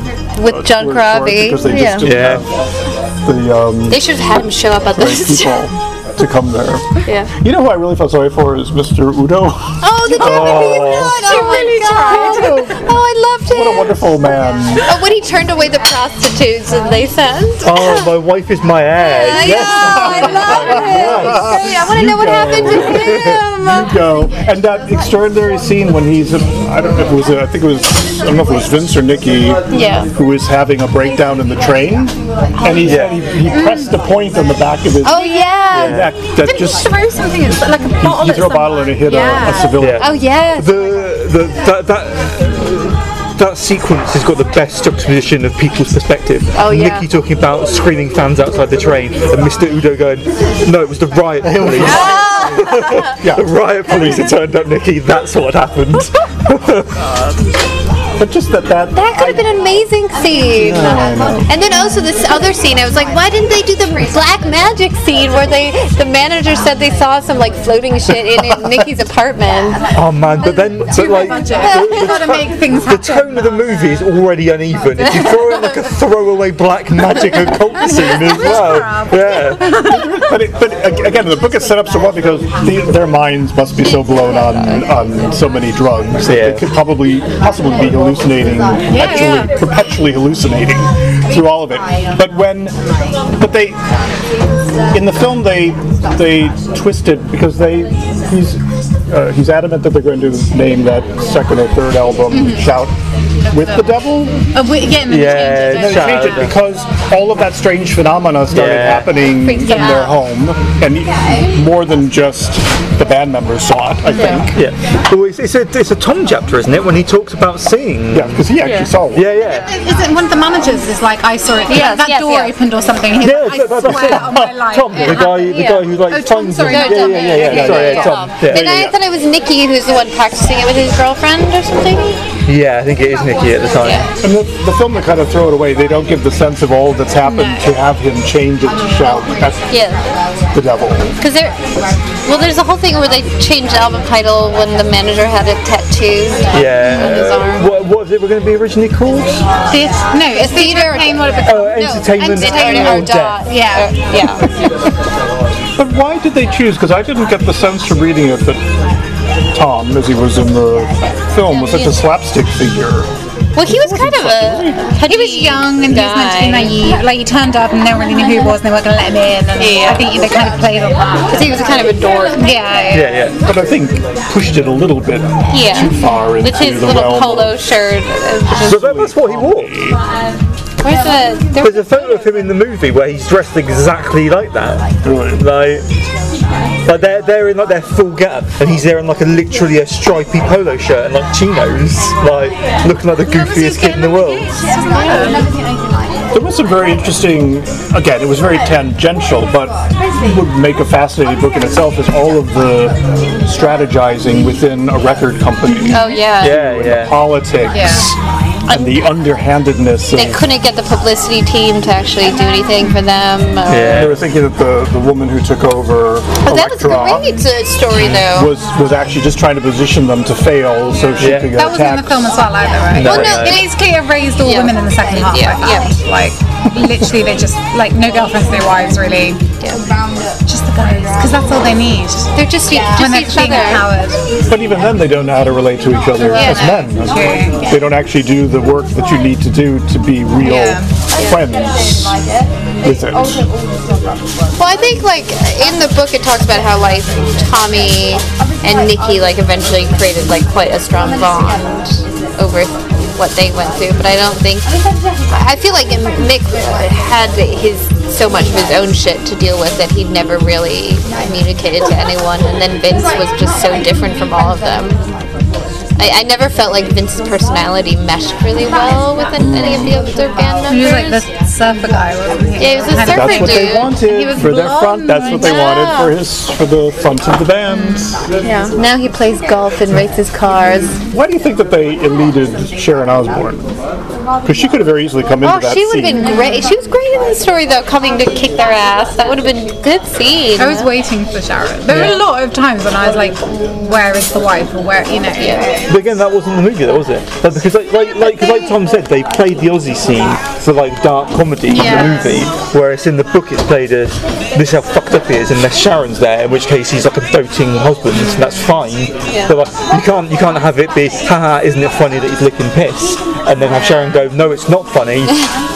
With John
short
Krabi.
because they just
Yeah.
[laughs]
didn't
Yeah.
have the um,
They should have had him show up at
right
those.
people to come there.
yeah.
You know who I really felt sorry for is Mr. Udo. [laughs]
Oh,
What
the Japanese oh, She really tried. Oh, I
a
loved him.
wonderful man.
Oh, when he turned away the prostitutes and they sent.
oh, my wife is my ass.
Yeah, I love
[laughs]
him. Great. I want to know what
go.
happened to him.
You go. And that extraordinary scene when he's, I don't know if it was, uh, I think it was, I don't know if it was Vince or Nikki,
Yeah.
who was having a breakdown in the train. And he's, he, he pressed the point on the back of his
Oh yeah.
neck that
Didn't
just,
he throw something at like a bottle?
he
at
threw a bottle
someone?
and it hit
yeah.
a, a civilian.
Yeah.
Oh yes.
the, the that that that sequence has got the best juxtaposition of people's perspective.
Oh, yeah.
Nikki talking about screaming fans outside the train, and Mr. Udo going, "No, it was the riot police. [laughs] yeah, the riot police had turned up, Nikki. That's what happened." [laughs]
But just that, that,
That could have been an amazing scene. And then also this other scene, I was like, why didn't they do the black magic scene where they the manager said they saw some like floating shit in, in Nikki's
[laughs]
apartment?
oh man, but then, but like.
You've got to make
[laughs]
things
The
happen.
tone of the movie is already uneven. If you throw in like a throwaway black magic occult scene as well, yeah.
but, it, but ag- again, the book is set up so well because the, their minds must be so blown on on so many drugs that
Yeah.
they could probably possibly be hallucinating, actually,
yeah.
perpetually hallucinating through all of it. But when, but they, in the film, they they twist it because they he's uh, he's adamant that they're going to name that second or third album
Mm-hmm.
shout with the devil
Uh, we- yeah, and then
Yeah,
and
change it, don't
they changed it because all of that strange phenomena started
Yeah.
happening in
out.
their home, and more than just the band members saw it. I think.
Yeah. Well, it's, it's a it's a Tom chapter, isn't it? When he talks about seeing.
Yeah, because he actually saw one.
Yeah, yeah.
you? Is it one of the managers is like, I saw it. Yeah,
Yes,
that
yes,
door
yes.
opened or something. He's [laughs]
Yeah,
like,
that-
I
that's it.
swear on my life.
Tom,
it
the guy,
happened.
the
yeah.
guy who like
Oh, Tom,
finds
sorry,
him.
no,
yeah,
Tom,
yeah,
yeah,
yeah, yeah,
yeah,
Sorry,
yeah,
yeah,
yeah.
Tom. Yeah.
Then I thought it was Nikki who's the one practicing it with his girlfriend or something.
yeah, I think it is Nikki at the time.
And the, the film they kind of throw it away. They don't give the sense of all that's happened to have him change it to shout at
Yeah,
the devil.
because there. Well, there's a whole thing where they changed the album title when the manager had a tattoo. On his
Yeah.
arm.
What, what was it we're going to be originally called?
Theatre- No, it's theatre
Theatre-
pain, what it becomes.
Oh, entertainment.
Entertainment
or
or
death.
dot.
Yeah.
Yeah.
But why did they choose? Because I didn't get the sense from reading it that Tom, as he was in the film, was such a slapstick figure.
Well, he was kind of a.
He was young and he was meant to be naive. Like he turned up and no one really knew who he was and they weren't going to let him in. And
Yeah.
I think they kind of played on that.
He was kind of a dork.
Yeah.
Yeah, yeah.
But I think pushed it a little bit
Yeah.
too far into
With his
the
little
realm of-
polo shirt.
But that, that's what he wore.
Where's the? There,
There's a photo of him in the movie where he's dressed exactly like that.
Really?
Like, like they're, they're in like their full getup, and he's there in like a literally a stripy polo shirt and like chinos, like looking like the goofiest kid in the world.
There was some very interesting, again, it was very tangential, but what would make a fascinating book in itself is all of the strategizing within a record company.
oh yeah.
Yeah,
The
yeah.
politics and the underhandedness of.
They couldn't get the publicity team to actually do anything for them. or-
Yeah.
They were thinking that the, the woman who took over
But that was a
Electra
great uh, story though.
was, was actually just trying to position them to fail so she
Yeah.
could get
That was in the
tax.
film as well, either, right?
No,
well,
no,
no,
no.
it is clear raised all
Yeah.
women in the second half.
Yeah,
I felt. Like, literally, they just, like, no girlfriends, no wives, really. Just the guys, because that's all they need.
They're just,
when
just
they're
each
being
other.
empowered.
But even then, they don't know how to relate to each other
Yeah,
as men.
that's true.
They don't actually do the work that you need to do to be real
Yeah.
friends. With it.
Well, I think like in the book it talks about how like Tommy and Nikki like eventually created like quite a strong bond over what they went through. But I don't think I feel like Mick had his so much of his own shit to deal with that he never really communicated to anyone, and then Vince was just so different from all of them. I, I never felt like Vince's personality meshed really well with any of the other band members.
He was like the surfer guy, wasn't he?
Yeah, he was a
Kind of-
surfer
That's what they
Dude, he
wanted
was
for their front.
blonde,
That's what they
I
wanted
know.
for his for the front of the band.
Yeah. Um, Now he plays golf and races cars.
Why do you think that they elited Sharon Osbourne? Because she could have very easily come into
Oh,
that
she would
scene.
have been great. She was great in the story though, coming to kick their ass. That would have been a good scene.
I was waiting for Sharon. There were a lot of times when I was like, where is the wife? Or where, you know.
But again, that wasn't the movie, though, was it? But because, like, like, like, 'cause like Tom said, they played the Aussie scene for like dark comedy
Yeah.
in the movie, whereas in the book it's played as this is how fucked up he is, unless Sharon's there, in which case he's like a doting husband, and that's fine. But like, you can't you can't have it be, haha, isn't it funny that he's licking piss, and then have Sharon go, no, it's not
[laughs]
funny.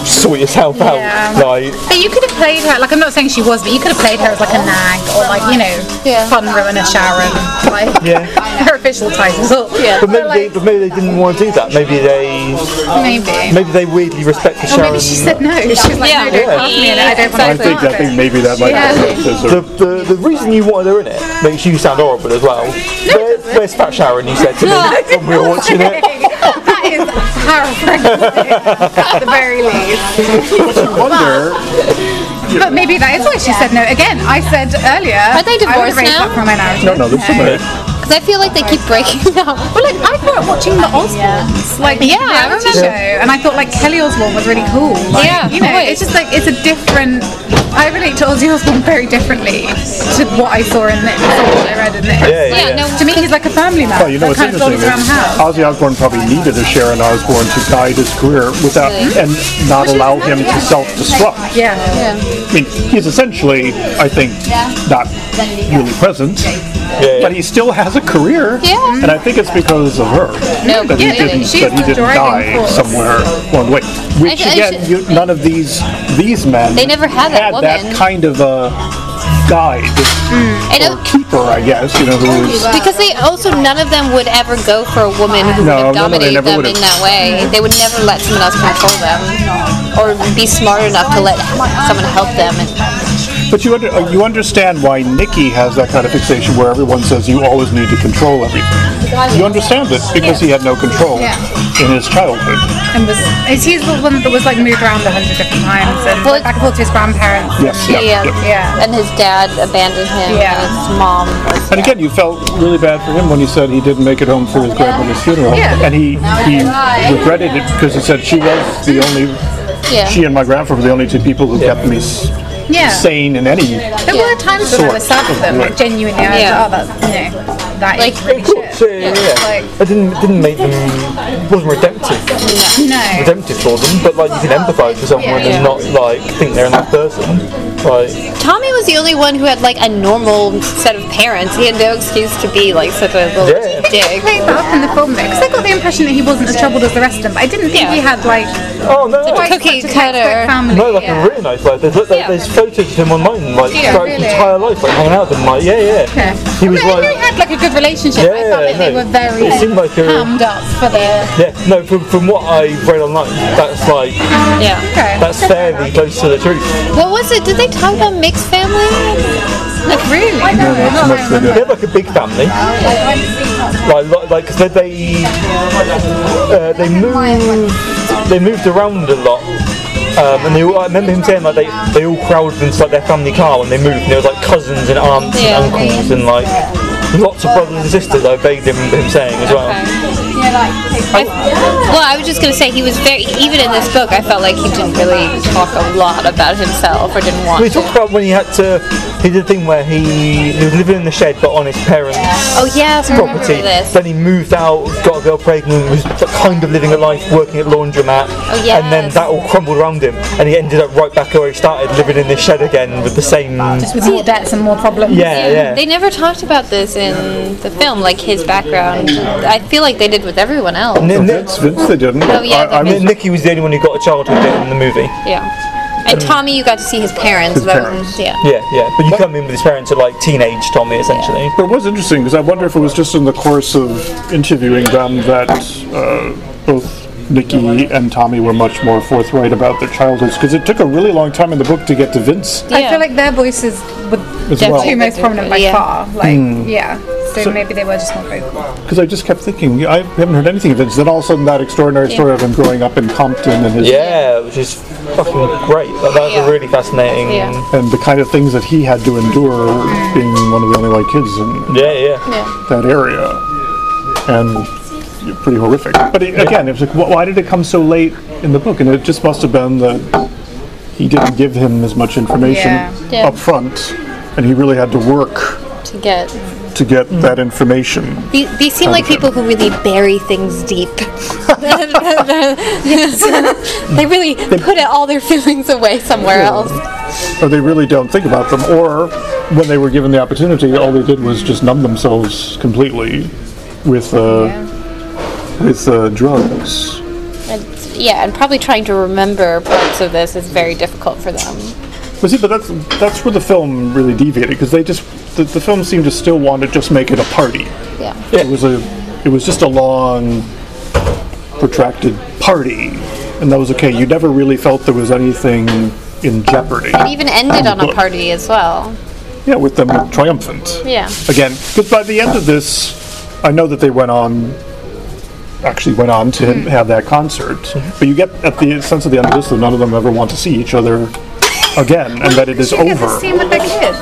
sort yourself out.
Yeah.
Like,
But you could have played her, like I'm not saying she was, but you could have played her as like a nag or like, you know,
Yeah.
fun ruiner Sharon. Like,
Yeah.
her official title.
Yeah.
but maybe, they, but maybe they didn't want to do that. Maybe they
Maybe.
maybe they weirdly respect the
Or
Sharon.
maybe she said no. She was like,
Yeah.
no, don't
Yeah.
cast me in it. I
I
don't want to be
think I
part of
think
it.
maybe that might
Yeah.
be
The, the, the reason you wanted her in it makes you sound horrible as well. Where, where's Fat Sharon? You said to me when we were watching
[laughs]
it.
that is horrifying at the very least.
wonder
But maybe that is why she said no. Again, I said earlier.
Are they
I would
divorced
raise
now?
that from my marriage.
No, no, this is okay.
Because I feel like they keep breaking up.
Well, like I grew up watching the Osbournes, like
Yeah,
yeah,
I
reality
remember.
show, and I thought like Kelly Osbourne was really cool. Like,
Yeah,
you know,
always.
it's just like it's a different. I relate to Ozzy Osbourne very differently to what I saw in this or what I read in this.
Yeah,
Yeah, no.
To me, he's like a family man.
Well, Oh, you know what's
that kind of
interesting
follows
is uh,
around the house.
Ozzy Osbourne probably needed a Sharon Osbourne to guide his career without and not allow him to self-destruct.
Yeah.
I mean, he's essentially, I think, not really present,
Yeah.
but he still has a career.
Yeah.
And I think it's because of her
No,
that he
completely.
didn't,
She's
that he
the
didn't
driving
die
force.
somewhere along the way. Which
I
again,
should-
you, none of these these men
They never had that woman.
that kind of a guide
And
or keeper, I guess. You know, who was
because they also none of them would ever go for a woman who
No, no,
would
no,
have
they
dominated
never
them
would've.
in that way. They would never let someone else control them or be smart enough to let someone help them. And,
But you under, uh, you understand why Nikki has that kind of fixation where everyone says you always need to control everything. You understand it because he had no control
Yeah.
in his childhood.
And was is he the one that was like moved around a hundred different times and
Well,
went back and forth to his grandparents?
Yes. Yeah.
yeah,
yeah.
Yeah.
And his dad abandoned him.
Yeah.
And his mom was.
And again, you felt really bad for him when you said he didn't make it home for his grandmother's funeral,
Yeah.
and he he regretted it because he said she was the only.
Yeah.
She and my grandfather were the only two people who kept me s-
Yeah.
sane in any.
There were times when I was sad for them, like genuinely. I was
Yeah.
like, oh, that's you know, that is
Like-
really shit.
So, yeah,
Like-
it didn't didn't make them wasn't redemptive
No.
redemptive for them, but like you can empathise with someone
Yeah.
and not like think they're that person. Like
Tommy was the only one who had like a normal set of parents. He had no excuse to be like such a little
Yeah.
dick.
played that up in the film because I got the impression that he wasn't as troubled as the rest of them. But I didn't think
Yeah.
he had like
oh no.
Such Cookie
such a
cutter.
textbook family.
no, like
yeah.
a really nice life. There's, like,
Yeah.
there's photos of him online, like
Yeah,
throughout
really.
his entire life, like hanging out with him. Like, yeah, yeah.
Okay.
He was
I mean, I knew
like,
he had like a good relationship. I
Yeah,
thought that they
no.
were very
It seemed like they were-
hammed up for the.
yeah. No, from, from what I read online, that's like
Yeah.
Okay.
that's fairly close to the truth.
What was it? Did they talk about mixed family?
Like really? No,
That's much they did.
They're like a big family. Like, like, like 'cause they they, uh, they moved they moved around a lot. Um, and they all, I remember him saying like they, they all crowded into like their family car when they moved. And there was like cousins and aunts
Yeah.
and uncles and like lots of brothers and sisters. I vaguely remember him saying as well.
Okay. I, well, I was just going to say he was very. Even in this book, I felt like he didn't really talk a lot about himself or didn't want.
We talked about when he had to. He did a thing where he, he was living in the shed, but on his parents'
oh yes, I remember
property.
this.
Then he moved out, got a girl pregnant, was kind of living a life working at laundromat,
Oh, yes.
and then that all crumbled around him, and he ended up right back where he started, living in this shed again with the same. Yeah,
With more debts and more problems.
yeah.
They never talked about this in the film, like his background. I feel like they did with everyone else.
N- N-
Vince, Vince, they didn't.
Oh, yeah,
I, I
they
N-
mean,
Nicky was the only one who got a childhood bit in the movie.
Yeah. And Tommy, you got to see his parents.
His
that
parents.
Was, yeah.
Yeah, yeah. But you come in with his parents are like teenage Tommy, essentially.
But it was interesting because I wonder if it was just in the course of interviewing them that uh, both Nikki and Tommy were much more forthright about their childhoods because it took a really long time in the book to get to Vince.
I
Yeah.
feel like their voices were
As
the
well.
two most prominent by
Yeah.
far. Like,
Hmm.
yeah. So, maybe they were just more vocal.
Because I just kept thinking, I haven't heard anything of Vince. Then all of a sudden, that extraordinary story of him growing up in Compton and his
Yeah, which is fucking great. That, that was
Yeah.
a really fascinating.
Yeah.
and the kind of things that he had to endure being one of the only white kids in
Yeah, yeah.
that area, and pretty horrific. But it, again, it was like, wh- why did it come so late in the book? And it just must have been that he didn't give him as much information
Yeah.
Yeah.
up front, and he really had to work
To get.
to get that information.
These, these seem like people who really bury things [laughs] deep. they really put all their feelings away somewhere else.
or they really don't think about them, or when they were given the opportunity, all they did was just numb themselves completely with uh, with uh, drugs.
And, yeah, and probably trying to remember parts of this is very difficult for them.
But see, but that's that's where the film really deviated because they just the, the film seemed to still want to just make it a party.
Yeah.
It was a it was just a long, protracted party, and that was okay. You never really felt there was anything in jeopardy.
It even ended on a party as well.
Yeah, with them triumphant.
Yeah.
again. Because by the end of this, I know that they went on, actually went on to
Hmm.
have that concert. But you get at the sense at the end of this that none of them ever want to see each other again, and that it is
You get the
over.
scene with their kids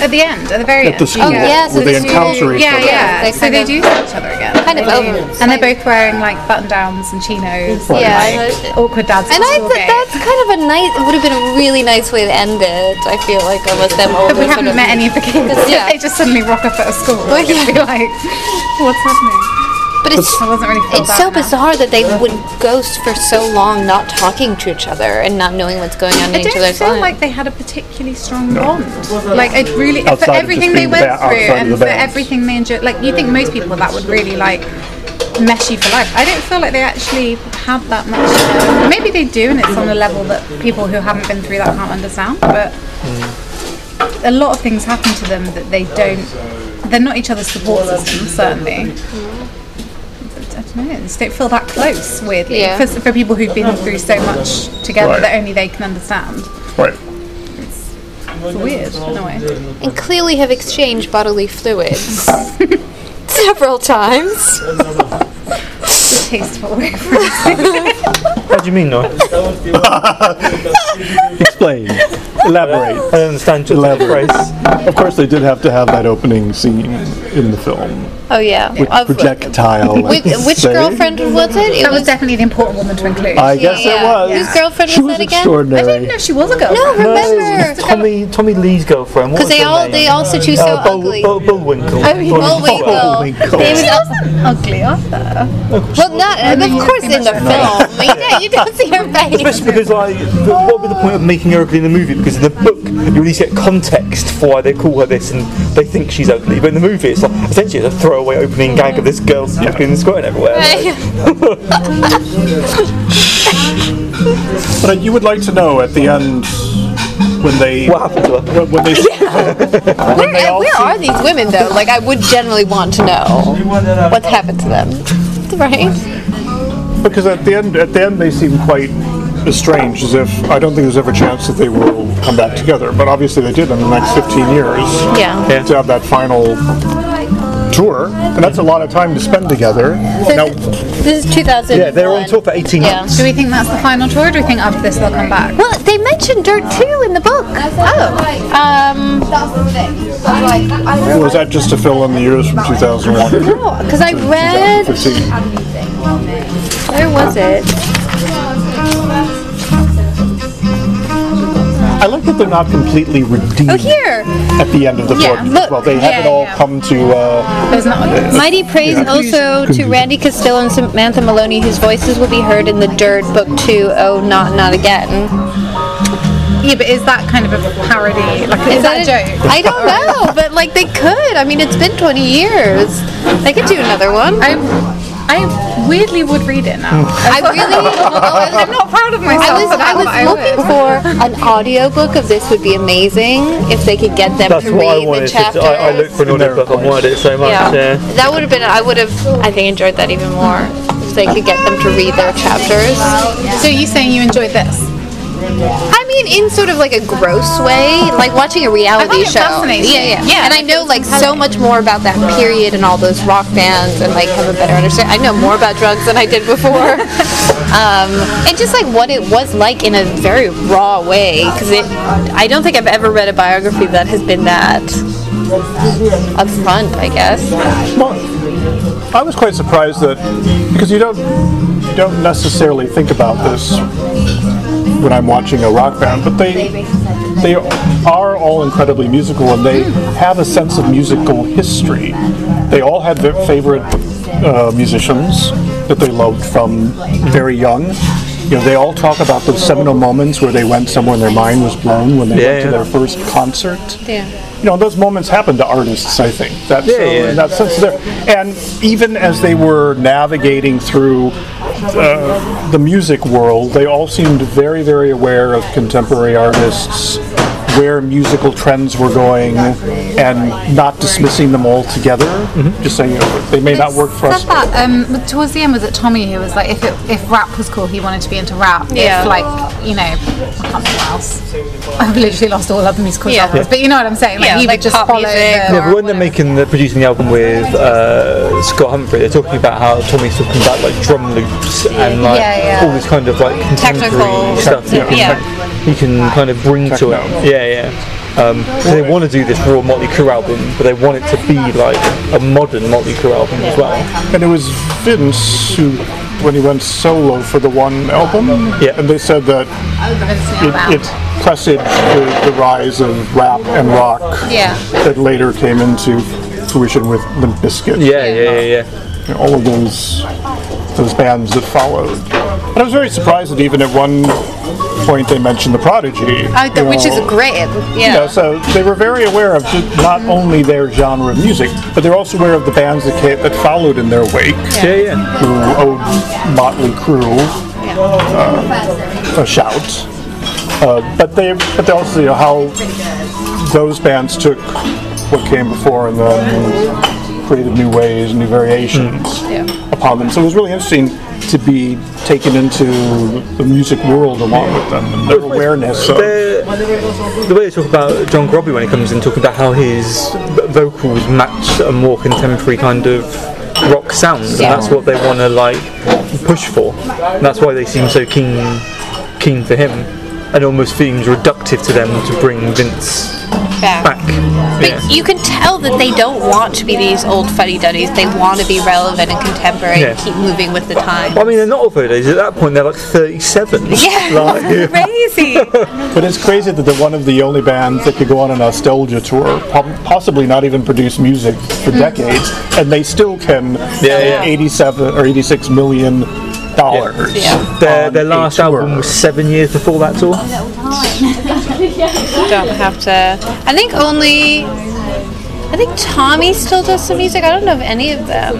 at the end, at the very
At the
end.
school,
yeah.
Oh, yes,
where
at
they
the
encounter each
Yeah,
other.
yeah.
They
so
kind
they
of-
do see each other again.
Kind of
They do.
over.
And they're both wearing like button downs and chinos.
Yeah, I
like,
heard-
awkward dads. at
And I
school
thought
game.
that's kind of a nice. It would have been a really nice way to end it. I feel like it was them older.
But we
sort
haven't
of-
met any of the kids.
Yeah.
they just suddenly rock up at a school.
Well,
Like, it'd be like, what's happening?
But it's
I wasn't really. filled
it's so
out now.
bizarre that they would ghost for so long, not talking to each other and not knowing what's going on
I
in each
don't
other's
feel
lives.
like they had a particularly strong bond. Like it really
Outside
for
of
everything
just
they
being
went
ba- outside
through
of
and
the
for
bands.
everything they enjoyed. Like you think most people that would really like mesh you for life. I don't feel like they actually had that much. Maybe they do, and it's on a level that people who haven't been through that can't understand. But
Mm.
a lot of things happen to them that they don't. They're not each other's support system, certainly. I don't know. They just don't feel that close, weirdly,
Yeah.
for, for people who've been through so much together
Right.
that only they can understand.
Right.
It's weird, in a way.
and clearly have exchanged bodily [laughs] fluids several times.
Tasteful. way.
How do you mean, though? I
Explain. Elaborate.
don't understand your little
Elaborate.
phrase.
Of course, they did have to have that opening scene in the film.
Oh yeah. Of-
Projectile.
Which,
let's
which
say.
girlfriend was it? It
That was definitely an important woman to include.
I guess
yeah.
it was.
Whose girlfriend
she
was
was,
that again?
extraordinary.
I didn't know she was a girl.
no,
No,
remember.
Tommy, Tommy Lee's girlfriend. What
Because
was
they
her
all
name?
they all said she was so
uh, Bul-
ugly. Oh,
Bul- Bullwinkle.
I mean,
oh,
Bullwinkle.
Bullwinkle.
They was
She
ugly.
Ugly, Arthur.
Well, not of course in the film. Yeah, you don't see her face.
Especially because, like, th- what would be the point of making her ugly in the movie? Because in the book, you at least get context for why they call her this and they think she's ugly. But in the movie, it's like essentially it's a throwaway opening gag of this girl smoking and squirting everywhere.
But you would like to know at the end when they
What happened to her?
when, when they
[laughs]
when they
Where,
all
where
see-
are these women though? Like I would generally want to know what's happened to them. Right?
because at the end at the end they seem quite estranged as if I don't think there's ever a chance that they will come back together but obviously they did in the next 15 years
Yeah.
to have that final tour, and that's a lot of time to spend together.
So
Now,
th- this is 2000.
Yeah, they were on tour for 18
Yeah.
months.
Do we think that's the final tour? Or do we think after this they'll come back?
Well, they mentioned Dirt 2 in the book.
Oh, um,
or was that just to fill in the years from 2001?
Because oh, I read.
15.
Where was it?
I like that they're not completely redeemed
Oh, here!
at the end of the
Yeah,
book.
look,
well, they haven't
yeah,
all
yeah.
come to. Uh,
there's not.
Mighty praise also to Randy Castillo and Samantha Maloney, whose voices will be heard in the Dirt Book 2, Oh Not Not Again.
Yeah, but is that kind of a parody? Like, is, that, a joke?
I don't know, but like they could. I mean, it's been 20 years. They could do another one. I,
I, I weirdly would read it now.
I really, I
I'm
was,
not proud of myself.
I was,
for that,
I was
but I
looking
would.
for an audiobook of this. Would be amazing if they could get them
That's
to
what I
read the
wanted. to-
chapters.
I, I looked for an audiobook and wanted it so much.
yeah.
Yeah.
that would have been. I would have. I think enjoyed that even more if they could get them to read their chapters.
So you saying you enjoyed this?
I mean, in sort of like a gross way, like watching a reality
I find it
show.
fascinating.
Yeah, yeah,
Yeah,
And I know like so much more about that period and all those rock bands, and like have a better understanding. I know more about drugs than I did
[laughs]
before, um, and just like what it was like in a very raw way. Because it, I don't think I've ever read a biography that has been that upfront. I guess.
well, I was quite surprised that because you don't you don't necessarily think about this when I'm watching a rock band, but they they are all incredibly musical and they have a sense of musical history. They all had their favorite uh, musicians that they loved from very young. You know, they all talk about those seminal moments where they went somewhere and their mind was blown when they went
Yeah.
to their first concert you know those moments happen to artists i think that's
Yeah,
so,
yeah.
in that sense there and even as they were navigating through uh, the music world they all seemed very very aware of contemporary artists where musical trends were going and not dismissing them all together
Mm-hmm.
just saying you know, they may not work for us
Said that, um, towards the end, was it Tommy who was like, if, it, if rap was cool, he wanted to be into rap.
Yeah.
If, like, you know, I can't remember what else. I've literally lost all other musical
Yeah.
genres, but you know what I'm saying? Like,
Yeah,
he
like
would just
pop
follow
music or-
the...
Yeah, but when they're making the producing the album with uh, Scott Humphrey, they're talking about how Tommy's talking about like drum loops and like
Yeah, yeah.
all this kind of like contemporary
Technical
stuff. that
Yeah.
You can kind of bring to it.
Techno.
Yeah, yeah. Um, so they want to do this raw Motley Crue album, but they want it to be like a modern Motley Crue album as well.
And it was Vince who, when he went solo for the one album,
Yeah.
and they said that it, it presaged the, the rise of rap and rock
Yeah.
that later came into fruition with Limp Bizkit.
Yeah, yeah, yeah, yeah.
You know, all of those those bands that followed. And I was very surprised that even at one point they mentioned the Prodigy,
I
Oh,
th-
you
which is
know,
great.
you know,
Yeah.
so they were very aware of ju- not only their genre of music, but they're also aware of the bands that, came, that followed in their wake
Yeah, yeah.
who owed Motley Crue uh, a shout. Uh, but they, but they also you know how those bands took what came before and then created new ways, new variations upon them. So it was really interesting to be taken into the music world along with them and their awareness. Of,
They're- the way they talk about John Groby when he comes in, talking about how his v- vocals match a more contemporary kind of rock sound,
Yeah.
and that's what they want to like push for. And that's why they seem so keen, keen for him, and almost seems reductive to them to bring Vince back. Yeah.
But you can tell that they don't want to be these old fuddy duddies. They want to be relevant and contemporary and
Yeah.
keep moving with the time.
Well, I mean, they're not all photos. At that point, they're like 37. [laughs]
Yeah, [laughs]
Like,
crazy.
But it's crazy that they're one of the only bands that could go on a nostalgia tour, po- possibly not even produce music for decades, and they still can sell
Mm-hmm. yeah.
87 or 86 million dollars.
their,
on
their
a
last
tour.
album was seven years before that tour.
Oh, don't have to. I think only. I think Tommy still does some music. I don't know of any of them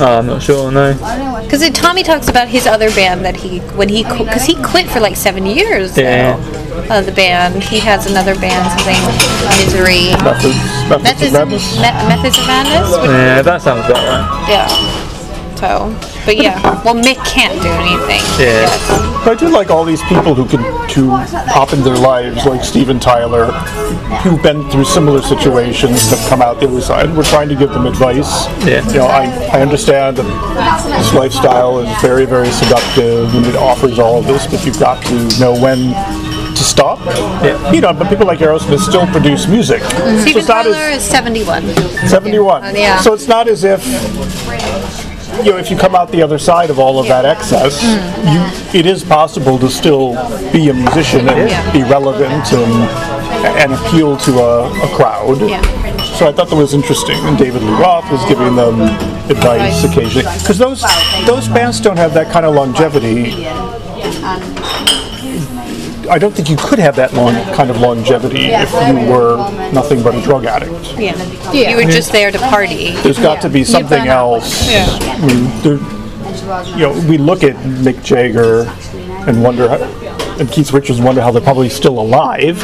Oh, I'm not sure, no.
because Tommy talks about his other band that he when he because he quit for like seven years.
Yeah.
Though, uh, the band he has another band something misery.
Methods, methods, of
Methods,
madness.
Me- methods of madness. Which,
Yeah, that sounds about right.
yeah. So so, but yeah. Well, Mick can't do anything.
Yeah.
But I do like all these people who can to pop in their lives, like Steven Tyler, who've been through similar situations that come out the other side. We're trying to give them advice.
Yeah.
You know, I, I understand that this lifestyle is very, very seductive and it offers all of this, but you've got to know when to stop.
Yeah.
You know, but people like Aerosmith still produce music. So
Steven
it's not as-
Tyler is 71.
71.
Oh, Yeah.
So it's not as if, you know, if you come out the other side of all of that excess,
Mm.
you, it is possible to still be a musician and
Yeah.
be relevant and, and appeal to a, a crowd.
Yeah.
So I thought that was interesting. And David Lee Roth was giving them advice occasionally. Because those, those bands don't have that kind of longevity.
Um,
I don't think you could have that long, kind of longevity if you were nothing but a drug addict.
Yeah. You were just there to party.
There's got to be something
burn out.
else. We, there, you know, we look at Mick Jagger and wonder, how, and Keith Richards wonder how they're probably still alive.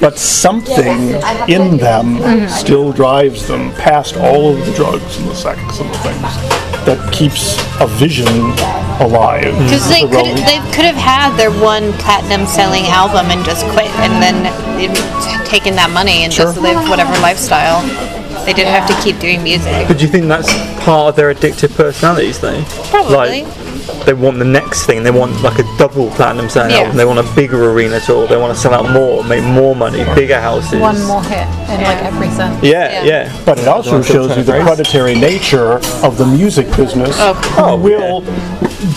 But something in them
Mm-hmm.
still drives them past all of the drugs and the sex and the things that keeps a vision alive.
Because Mm-hmm. they
The
could
role-
they could have had their one platinum selling album and just quit, and then they'd taken that money and just live whatever lifestyle. They didn't have to keep doing music.
But do you think that's part of their addictive personalities, though?
Probably.
Like, they want the next thing. They want like a double platinum selling
Yeah.
album. They want a bigger arena tour. They want to sell out more, make more money, bigger houses.
One more hit in like every sense.
Yeah.
Yeah, yeah.
But it also
Don't
shows you the
celebrate.
predatory nature of the music business.
Oh.
Oh,
will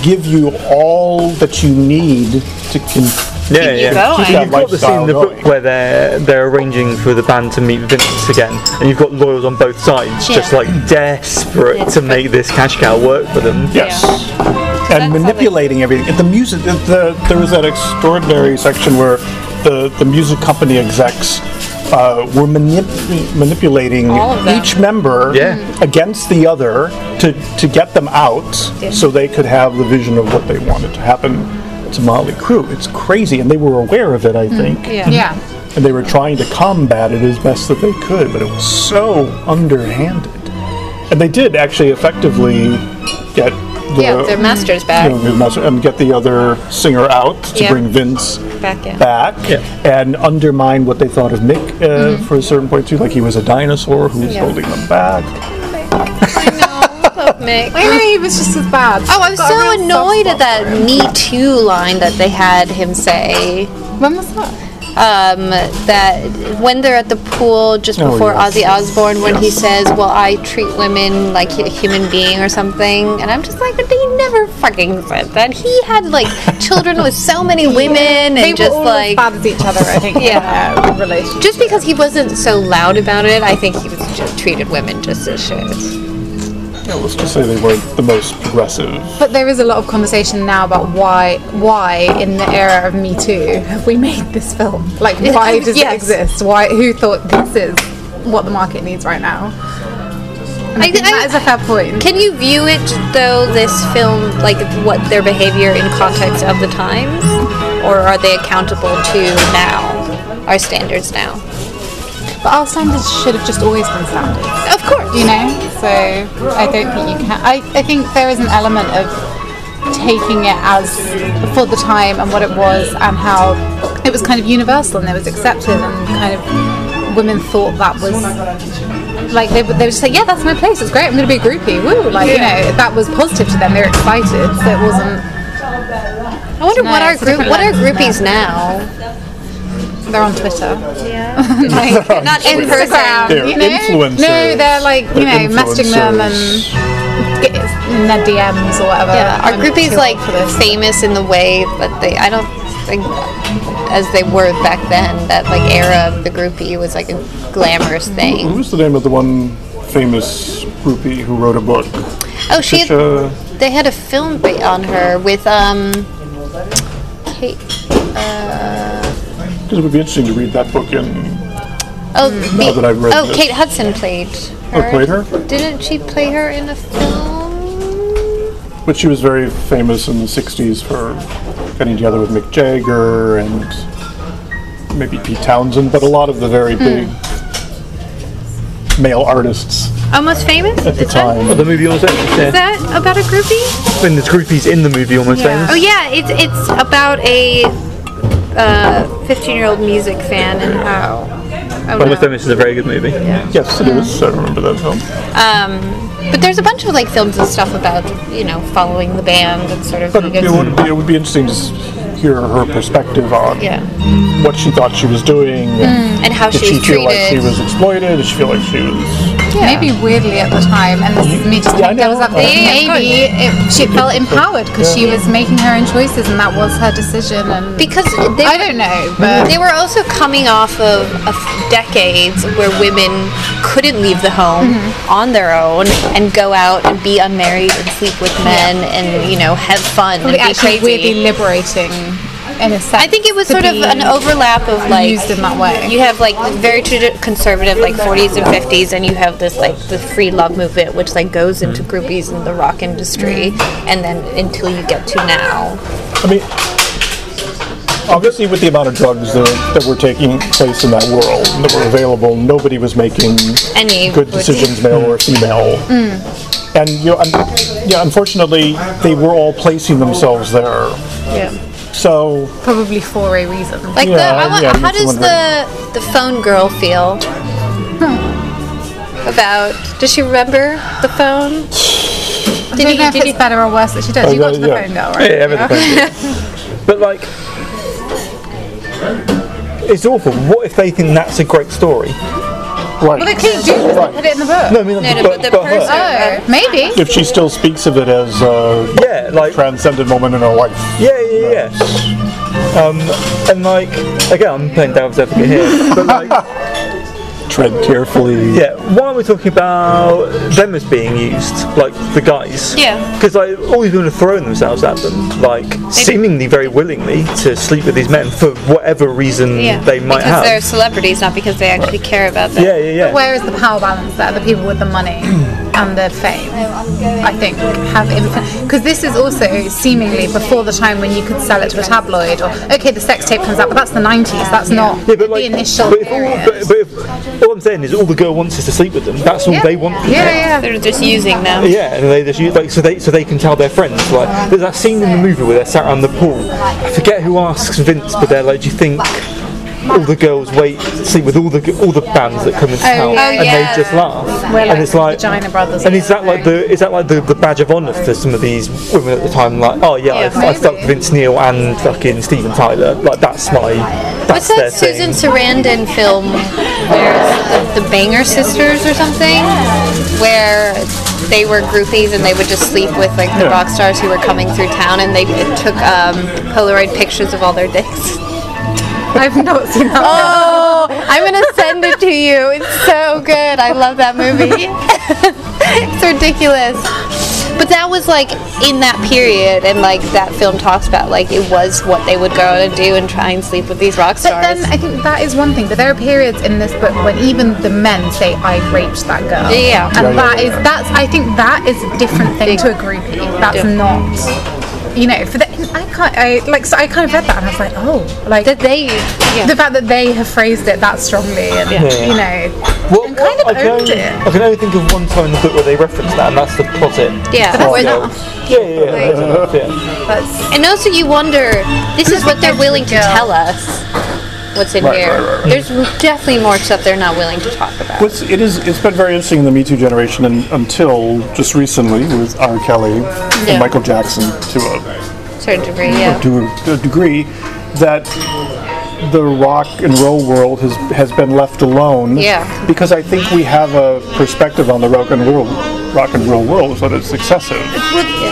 give you all that you need to con-
Yeah,
you
yeah.
going.
You've
Keep that
got the scene in the
lifestyle
book where they're they're arranging for the band to meet Vince again, and you've got lawyers on both sides, just
Yeah.
like desperate to make this cash cow work for them.
Yes.
how
And
they-
manipulating everything. The music. The, the, there was that extraordinary section where the the music company execs. Uh, were manip- manipulating
All of them.
each member
Yeah.
against the other to, to get them out so they could have the vision of what they wanted to happen to Motley Crue. It's crazy, and they were aware of it, I
Mm.
think.
Yeah.
and they were trying to combat it as best that they could, but it was so underhanded. And they did actually effectively get the,
Yeah, their master's
you
back.
know, the mas- and get the other singer out to
Yeah.
bring Vince
Back in.
back
Yeah.
and undermine what they thought of Mick uh,
Mm-hmm.
for a certain point too, like he was a dinosaur who was holding them back.
Mick.
I know he was just as bad.
Oh, I was
Got a real
so
soft
annoyed
spot
at that Me Too line that they had him say.
for him. When was that?
um, that when they're at the pool just
Oh,
before
yes.
Ozzy Osbourne, when he says, "Well, I treat women like a human being" or something, and I'm just like, "But they never fucking said that." He had like children with so many women, and
They
just
were all
like
as bad as each other, I [laughs] think.
Yeah.
in their relationship.
just because he wasn't so loud about it, I think he was just treated women just as shit.
Yeah, let's just say they weren't the most progressive.
But there is a lot of conversation now about why, why in the era of Me Too have we made this film? Like, why does
Yes.
it exist? Why? Who thought this is what the market needs right now? And I,
I-
think
I-
that is a fair point.
Can you view it though? This film, like what their behavior in context of the times, or are they accountable to now, our standards now?
But our standards should have just always been standards,
Of course,
you know. So I don't think you can. I, I think there is an element of taking it as for the time and what it was and how it was kind of universal and it was accepted and kind of women thought that was like they, would- they would just say, yeah, that's my place. It's great. I'm going to be a groupie. Woo! Like you know, that was positive to them. They were excited. So it wasn't.
I wonder
No,
what our
it's a
group,
different
what are
lens,
groupies now?
They're on Twitter, [laughs]
[laughs]
Like, not in
Instagram.
person.
They're
you know?
influencers.
No, they're like you
They're
know, messaging them and
influencers.
get in their DMs or whatever.
Yeah, our
I'm
groupies
too
like
old for this.
famous in the way that they. I don't think as they were back then. That like era of the groupie was like a glamorous
Who
thing.
was the name of the one famous groupie who wrote a book? Mm-hmm.
Oh, she. Had,
Trisha-
they had a film ba- on her with um. Kate.
Because it would be interesting to read that book in.
Oh, the-
that I've read
oh,
this.
Kate Hudson played.
Oh,
Her.
played her?
Didn't she play her in a film?
But she was very famous in the 60s for getting together with Mick Jagger and
Hmm.
maybe Pete Townsend, but a lot of the very big male artists
Almost famous
at the time.
But the movie almost ends.
Is
Yeah.
that about a groupie?
When there's groupies in the movie almost
Oh
ends.
yeah, it's it's about a
uh,
fifteen-year-old music fan and how. Oh,
Almost
no.
Famous is a very good movie.
Yes,
Hmm.
it is. I remember that film.
Um, but there's a bunch of like films and stuff about you know following the band and sort of.
But
you
it,
guys-
it would be, it would be interesting to s- hear her perspective on
yeah. Hmm,
what she thought she was doing. and
And how
Did
she
she
was
feel like she
treated.
was exploited? Did she feel like she was?
Maybe weirdly at the time, and this is me just
Yeah, I
making devil's
know.
advocate.
Yeah,
Maybe it, she felt empowered because she was making her own choices, and that was her decision. And
because they
I don't know, but
They were also coming off of, of decades where women couldn't leave the home
Mm-hmm.
on their own and go out and be unmarried and sleep with men and you know have fun and
probably
be
actually
crazy.
weirdly liberating in a sense.
I think it was
to
sort of
be-
an overlap of like
used in that way.
You have like very tradi- conservative like 40s and 50s, and you have this like the free love movement, which like goes into
Mm-hmm.
groupies and the rock industry, and then until you get to now.
I mean, obviously, with the amount of drugs that, that were taking place in that world that were available, nobody was making
Any Mm. good-
good decisions, male or female. And you know, un- yeah, unfortunately, they were all placing themselves there.
Yeah.
So
probably for a reason.
Like
Yeah,
the I want,
yeah,
how
that's
does
one
the the phone girl feel about? Does she remember the phone?
I
Did
don't
you,
know if
did
it's
you,
better or worse that she does.
Oh,
you got
yeah,
to the
yeah.
phone girl,
[laughs] Yeah,
right?
yeah,
[laughs]
everything. but like, it's awful. What if they think that's a great story?
right.
Well, they couldn't do this. They put it in the book.
No, I mean,
no,
but,
but the
her.
person-
Oh, maybe.
if she still speaks of it as a
Yeah, like
transcendent moment in her life.
yeah, yeah, yeah. Um, and like again, I'm playing devil's
[laughs]
advocate here, but like.
Tread carefully.
Yeah, why are we talking about them as being used, like the guys?
Yeah.
Because like all these women are throwing themselves at them, like seemingly very willingly to sleep with these men for whatever reason
yeah,
they might
because they're
have.
celebrities, not because they actually care about them.
Yeah, yeah, yeah.
Where is the power balance there? The people with
[clears throat]
the money and the fame, I think, have influence. Because this is also seemingly before the time when you could sell it to a tabloid or, okay, the sex tape comes out, but that's the 90s. That's not
yeah, but
the
like,
initial
but if all,
period.
but, but if, all I'm saying is all the girl wants is to sleep with them. That's all
yeah.
they want. from them.
Yeah, yeah.
They're just using them.
Yeah, and they just use, like so they so they can tell their friends. Like there's that scene in the movie where they're sat around the pool. I forget who asks Vince, but they're like, "Do you think all the girls wait sleep with all the g- all the bands that come into town?"
Oh, yeah.
And
Yeah.
they just laugh.
We're like
and it's like,
vagina brothers.
and is that like the is that like the, the badge of honour for some of these women at the time? Like, oh yeah,
Yeah,
I, I fucked
maybe.
Vince Neil and fucking Steven Tyler. Like that's my
What's
that's
that
their
Susan
thing.
Sarandon film where it's the, the Banger Sisters or something? Where they were groupies and they would just sleep with like the rock stars who were coming through town and they took um, Polaroid pictures of all their dicks.
[laughs] I've not seen that.
Oh, I'm gonna send it to you. It's so good. I love that movie. [laughs] it's ridiculous. But that was like in that period, and like that film talks about like it was what they would go out and do and try and sleep with these rock
But
stars.
then I think that is one thing. But there are periods in this book when even the men say, "I raped that girl."
Yeah.
And that is that's I think that is a different thing to a groupie. That's not. You know, for the I can't I like so I kind of read that and I was like, oh, like
that they, yeah.
the fact that they have phrased it that strongly and you know,
Well,
and kind of
I can,
owned
only,
it.
I can only think of one time in the book where they reference that, and that's the closet.
yeah.
that's
or the-
enough.
Yeah, yeah, yeah. that's enough, yeah.
That's
And also, you wonder this is what they're willing to tell us. What's in
Right,
here?
right, right, right.
There's definitely more stuff they're not willing to talk about.
Well, it's, it is. It's been very interesting in the Me Too generation, and until just recently with R. Kelly
Yeah.
and Michael Jackson to a,
to a certain degree, yeah.
to a to a degree, that the rock and roll world has has been left alone.
Yeah.
Because I think we have a perspective on the rock and roll rock and roll world is that it's excessive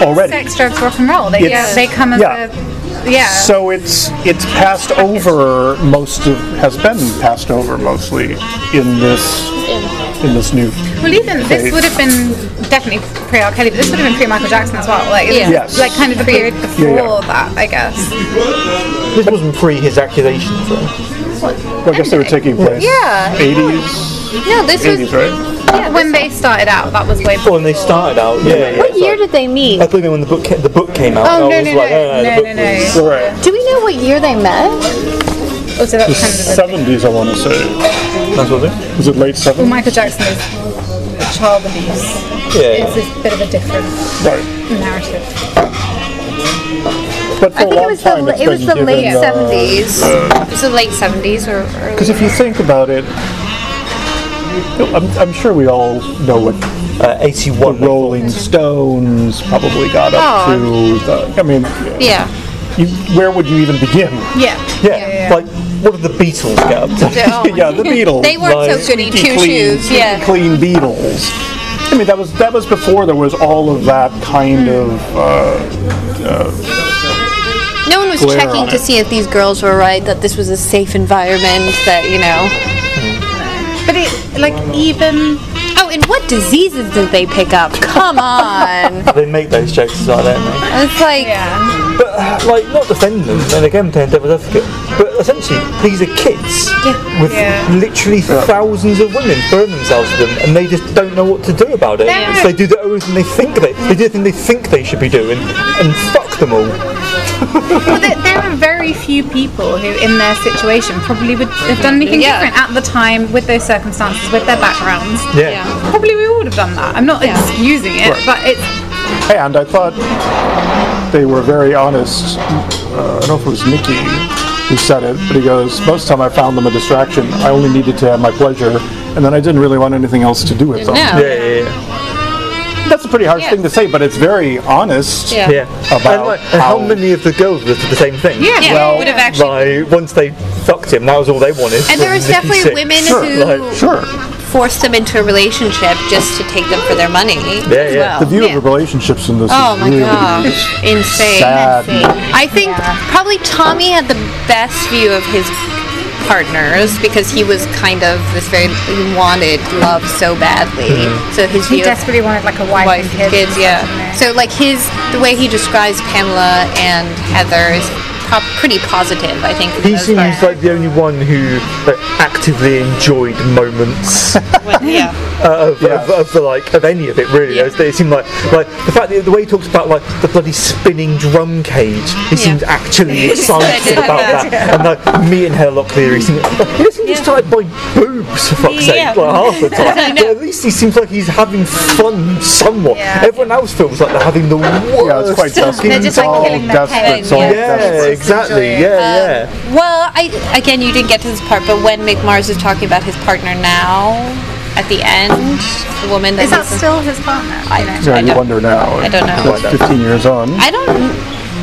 already.
sex, drugs, rock and roll. They,
It's-
yeah, they come as
yeah.
a yeah.
So it's it's passed over most of has been passed over mostly in this in this new
Well, even this would have been definitely pre R. Kelly, but this would have been pre Michael Jackson as well. Like,
Yeah.
Yes.
like kind of the period before
yeah.
that, I guess.
This wasn't pre his accusations, though.
Well, I guess they were taking place.
Yeah.
80s,
No, this was
80s, right?
when they started out, that was way
Well,
before.
when they started out, yeah. yeah,
What
it's
year
like-
did they meet?
I believe when the book ca- the book came out.
Oh,
I
no,
was
no,
like,
no,
the
no,
book
no, no.
was-
All right.
Do we know what year they met?
Oh, so that's kind of the
70s, I want to say.
That's what it is.
Oh
Was it late 70s?
Michael Jackson is child abuse.
Yeah.
It's a bit of a different
Right.
narrative.
But for
I
a
think
long
it was
time,
the
it's
it was
been
the
given,
late
uh,
seventies. It was the late seventies or
Because if you think about it, I'm, I'm sure we all know what
Uh,
the
81.
Rolling Stones probably got
Oh.
up to. The, I mean,
yeah.
you, where would you even begin? [laughs]
Yeah.
Yeah, like what did the Beatles get up to?
Oh.
[laughs] yeah, the Beatles.
They weren't so good in
squeaky
two
clean,
shoes,
squeaky
yeah.
Clean Beatles. I mean, that was that was before there was all of that kind
Mm-hmm.
of. Uh,
No one was
glare
checking
on
to
it.
see if these girls were right, that this was a safe environment, that, you know.
But it, like, even
Oh, and what diseases did they pick up? Come on. [laughs]
They make those jokes like that.
It's like,
yeah,
But uh, like not defend them, and again playing devil's advocate. But essentially, these are kids with
Yeah.
literally thousands of women throwing themselves at them, and they just don't know what to do about it.
Yeah.
So they do the only thing they think they they do the thing they think they should be doing, and fuck them all.
well, there, there are very few people who, in their situation, probably would have done anything
Yeah.
different at the time with those circumstances, with their backgrounds.
Yeah.
yeah.
Probably we all would have done that. I'm not excusing it, but it's
and I thought they were very honest. Uh, I don't know if it was Nikki who said it, but he goes, "Most time I found them a distraction. I only needed to have my pleasure, and then I didn't really want anything else to do with them."
No.
Yeah, yeah, yeah.
[laughs] That's a pretty harsh
Yeah.
thing to say, but it's very honest.
Yeah.
yeah.
About
and, like, and how
how-
many of the girls did the same thing?
Yeah,
Yeah,
well,
we would have actually.
Like once they fucked him, that was all they wanted.
And there
from
was
Nikki
definitely
Sixx.
women
Sure,
who
like,
Sure.
forced them into a relationship just to take them for their money. as
Yeah, yeah.
well.
The view
Yeah.
of the relationships in this
Oh
is
my
really [laughs]
gosh, insane.
sad.
I think probably Tommy had the best view of his partners because he was kind of this very he wanted love so badly.
Mm-hmm.
So his
he
view of
desperately wanted like a wife,
wife
and
and
kids,
kids, yeah. So like his the way he describes Pamela and Heather is pro- pretty positive. I think. for the
He
most
seems
part.
like the only one who like, actively enjoyed moments uh,
yeah,
of,
Yeah.
of, of the like of any of it. Really,
Yeah.
It was- it seemed like like the fact that the way he talks about like the bloody spinning drum cage, he seemed actually excited
excited
about
about
that. And like me and Herlock Cleary, he seemed he doesn't get tied by boobs for fuck's
Yeah.
sake, like half the time. but at least he seems like he's having fun somewhat.
Yeah.
Everyone else feels like they're having the worst.
Yeah, it's quite desperate.
They're just, like,
it's all
killing their
desperate.
pain,
It's all
yeah.
yeah,
desperate.
exactly.
enjoy it.
Yeah,
Um,
yeah.
Well, I again, you didn't get to this part, but when McMars is talking about his partner now, at the end, the woman that
Is that
he's-
still his partner? You know?
Yeah,
I
you
don't-
wonder now.
I don't know.
That's 15 years on.
I don't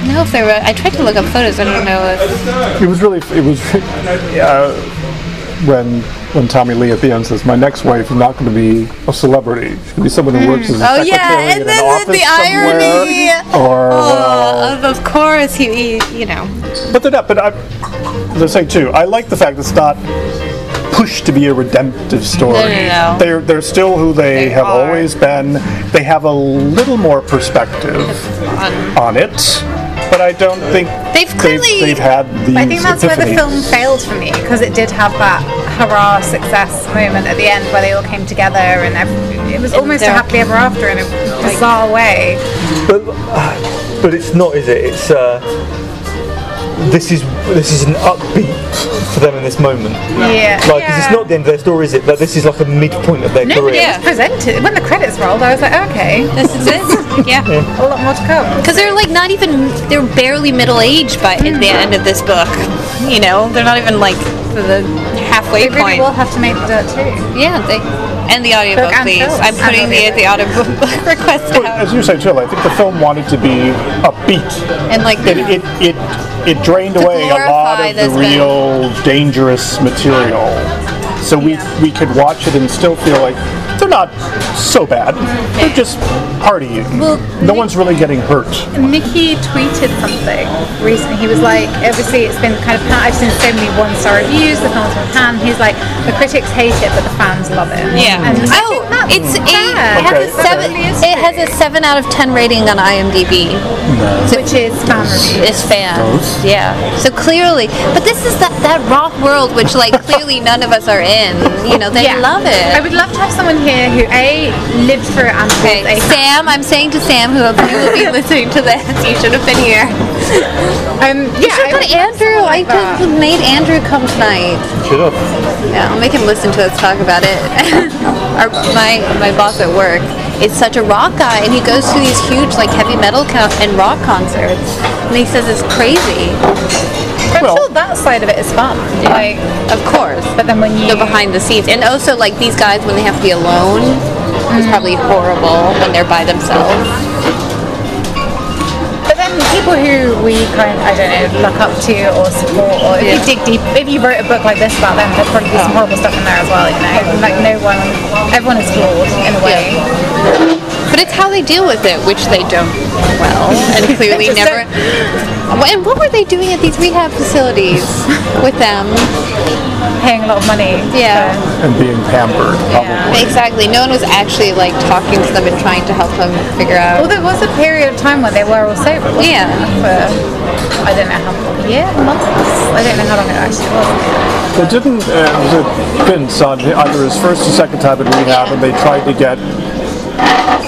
know if they were. I tried to look up photos. I don't know if.
It was really. It was. [laughs] Uh, when when Tommy Lee at the end says, "My next wife is not going to be a celebrity. She's going to be someone who works as a
Oh
secretary
yeah,
in
and
an
then
office
the irony.
somewhere." Or well,
Oh, of, of course, he, he, you know.
But they're not. But I, as I say too, I like the fact it's not pushed to be a redemptive story.
No, no, no.
They're they're still who they, have
are.
always been. They have a little more perspective
on-
on it, but I don't think
They've clearly-
they've, had these.
I think that's where the
epiphanies.
film failed for me because it did have that hurrah success moment at the end where they all came together and ev- it was almost a
they're-
happily ever after in a bizarre way.
But, uh, but it's not, is it? It's uh, this is this is an upbeat for them in this moment.
Yeah.
Like 'cause it's not the end of their story, is it? That this is like a midpoint of their
No, but
career.
it was presented when the credits rolled. I was like, oh, okay,
This is it. [laughs] Yeah.
a lot more to come.
Because they're like not even, they're barely middle aged by at the end of this book. You know, they're not even like the halfway
They really
point.
will have to make the dirt too.
Yeah, they, and the audiobook,
Book and
please.
film.
I'm putting
And
the, the audiobook [laughs] request out.
As you say, too, I think the film wanted to be upbeat.
And like,
It it it, it drained away a lot
glorify
of the
this thing.
real dangerous material, so we we could watch it and still feel like they're not so bad. They're just partying.
Well,
no
Nick-
one's really getting hurt.
Nikki tweeted something recently. He was like, obviously it's been kind of, I've seen so many one-star reviews, the film's been panned. He's like, the critics hate it, but the fans love it.
yeah.
And I
oh,
think that's
it's eight.
fair.
It has a
That
seven.
really is
It has
fair.
a seven out of ten rating on IMDb.
which is fan review.
It's fans. Yeah. So clearly, but this is that that rock world, which [laughs] like clearly none of us are in. You know, they love
I
it.
would love to have someone here who a lived through it and
Okay,
was a
Sam. I'm saying to Sam, who hopefully will [laughs] be listening to this, you should have been here.
Um,
Should
yeah, I
have
would-
got Andrew. I could
that.
have made Andrew come tonight.
Shut up.
Yeah, I'll make him listen to us talk about it. [laughs] Our, my Frank, my boss at work, is such a rock guy, and he goes to these huge like heavy metal co- and rock concerts, and he says it's crazy.
But
Well-
I'm sure that side of it is fun. Like,
Of course,
but then when you
the behind the scenes, and also like these guys when they have to be alone, it's
Mm-hmm.
probably horrible when they're by themselves.
But then people who we kind of, I don't know, look up to or support, or if you dig deep, if you wrote a book like this about them, there'd probably be some
Uh-huh.
horrible stuff in there as well, you know? Like no one, everyone is flawed in a way.
But it's how they deal with it, which they don't well, and
[laughs]
clearly
Just
never. And what were they doing at these rehab facilities with them?
Paying a lot of money.
Yeah.
and being pampered.
Yeah.
Exactly. No one was actually like talking to them and trying to help them figure
Well,
out.
there was a period of time when they were all sober. wasn't
Yeah.
there? For, I don't know how long, a year, months? I don't know how long it actually was.
They didn't, uh, was it Vince on either his first or second time in rehab, and they tried to get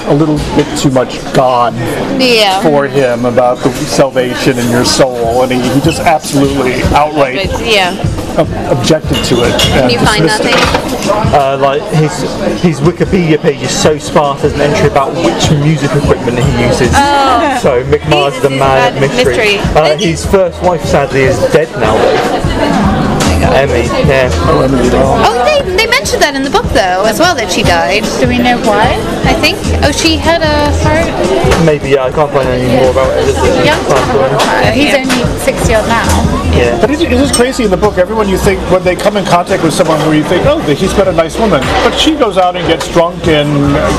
a little bit too much God
Yeah.
for him about the salvation in your soul, and he, he just absolutely outright
But, yeah.
ob- objected to it.
Can you find nothing?
Uh, like his his Wikipedia page is so sparse. There's an entry about which music equipment he uses.
Oh.
So Mick Mars is a
he's
man
a man
of
of
mystery.
mystery.
Uh, his first wife, sadly, is dead now. Though.
Oh
Emmy, yeah.
Oh, they, they mentioned that in the book though, as well, that she died.
Do we know why?
I think. Oh, she had a heart.
Maybe yeah, I can't find any more about it.
Yeah.
He's only 60 odd now.
Yeah.
But it, it is crazy in the book. Everyone you think, when they come in contact with someone who you think, oh, he's been a nice woman, but she goes out and gets drunk and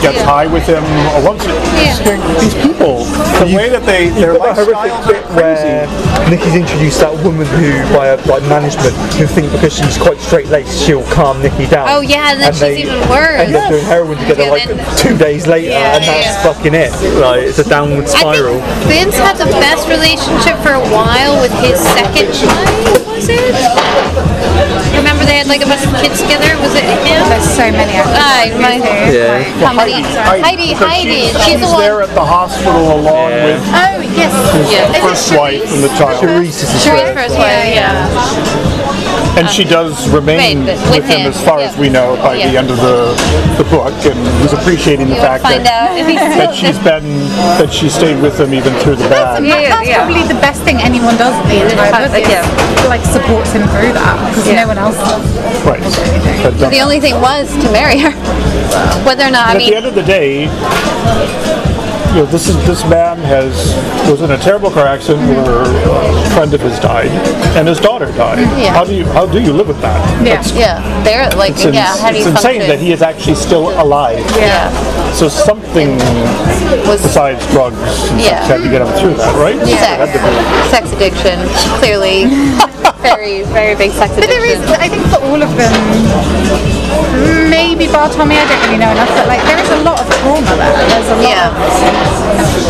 gets
Yeah.
high with him. Or once These people, the way that they,
[laughs]
their
You've got that
lifestyles
horrific
are
bit
crazy.
where Nikki's introduced that woman who, by her, like management, who think because she's quite straight laced, she'll calm Nikki down.
Oh, yeah, and then she's even worse.
And they're doing heroin together
Yeah,
like
then-
two days later,
Yeah,
and that's
yeah.
fucking it. Like it's a downward
I
spiral.
think Vince had the best relationship for a while with his second wife, was it? Remember they had like a bunch of kids together? Was it him?
There's so many. I think.
I my
Yeah.
how many? Heidi, Heidi,
because
she's,
she's,
the
she's
one.
there at the hospital along with
Oh, yes.
the
yeah.
first wife and the child,
Reese is
Sure,
the
first wife, yeah.
and she does remain
Wait,
with,
but with
him,
him,
as far
yeah.
as we know by the
Yeah.
end of the, the book, and he's appreciating the
You want to
fact
find
that,
[laughs]
out if he's
that
still
she's been that she stayed with him even through the bad.
That-
Yeah,
Um, that's
yeah.
probably the best thing anyone does in the entire
Yeah.
book is, like supports him through that because no one else does.
Right. But, um,
[laughs] the only thing was to marry her. Whether or not, I
at the
mean,
end of the day, you know, this is this man has was in a terrible car accident
Mm-hmm.
where a friend of his died and his daughter died.
Yeah.
How do you how do you live with that?
Yeah.
That's-
yeah, they're like,
It's, ins-
yeah, how do
it's
you
insane
function?
that he is actually still alive.
yeah,
So something
was
besides drugs and
Yeah.
such had to get him through that, right?
sex, sex addiction,
[laughs]
clearly, very, very big sex
But there is,
addiction.
I think, for all of them, maybe bar Tommy, I don't really know enough, but like there is a lot of trauma there. There's a lot
Yeah,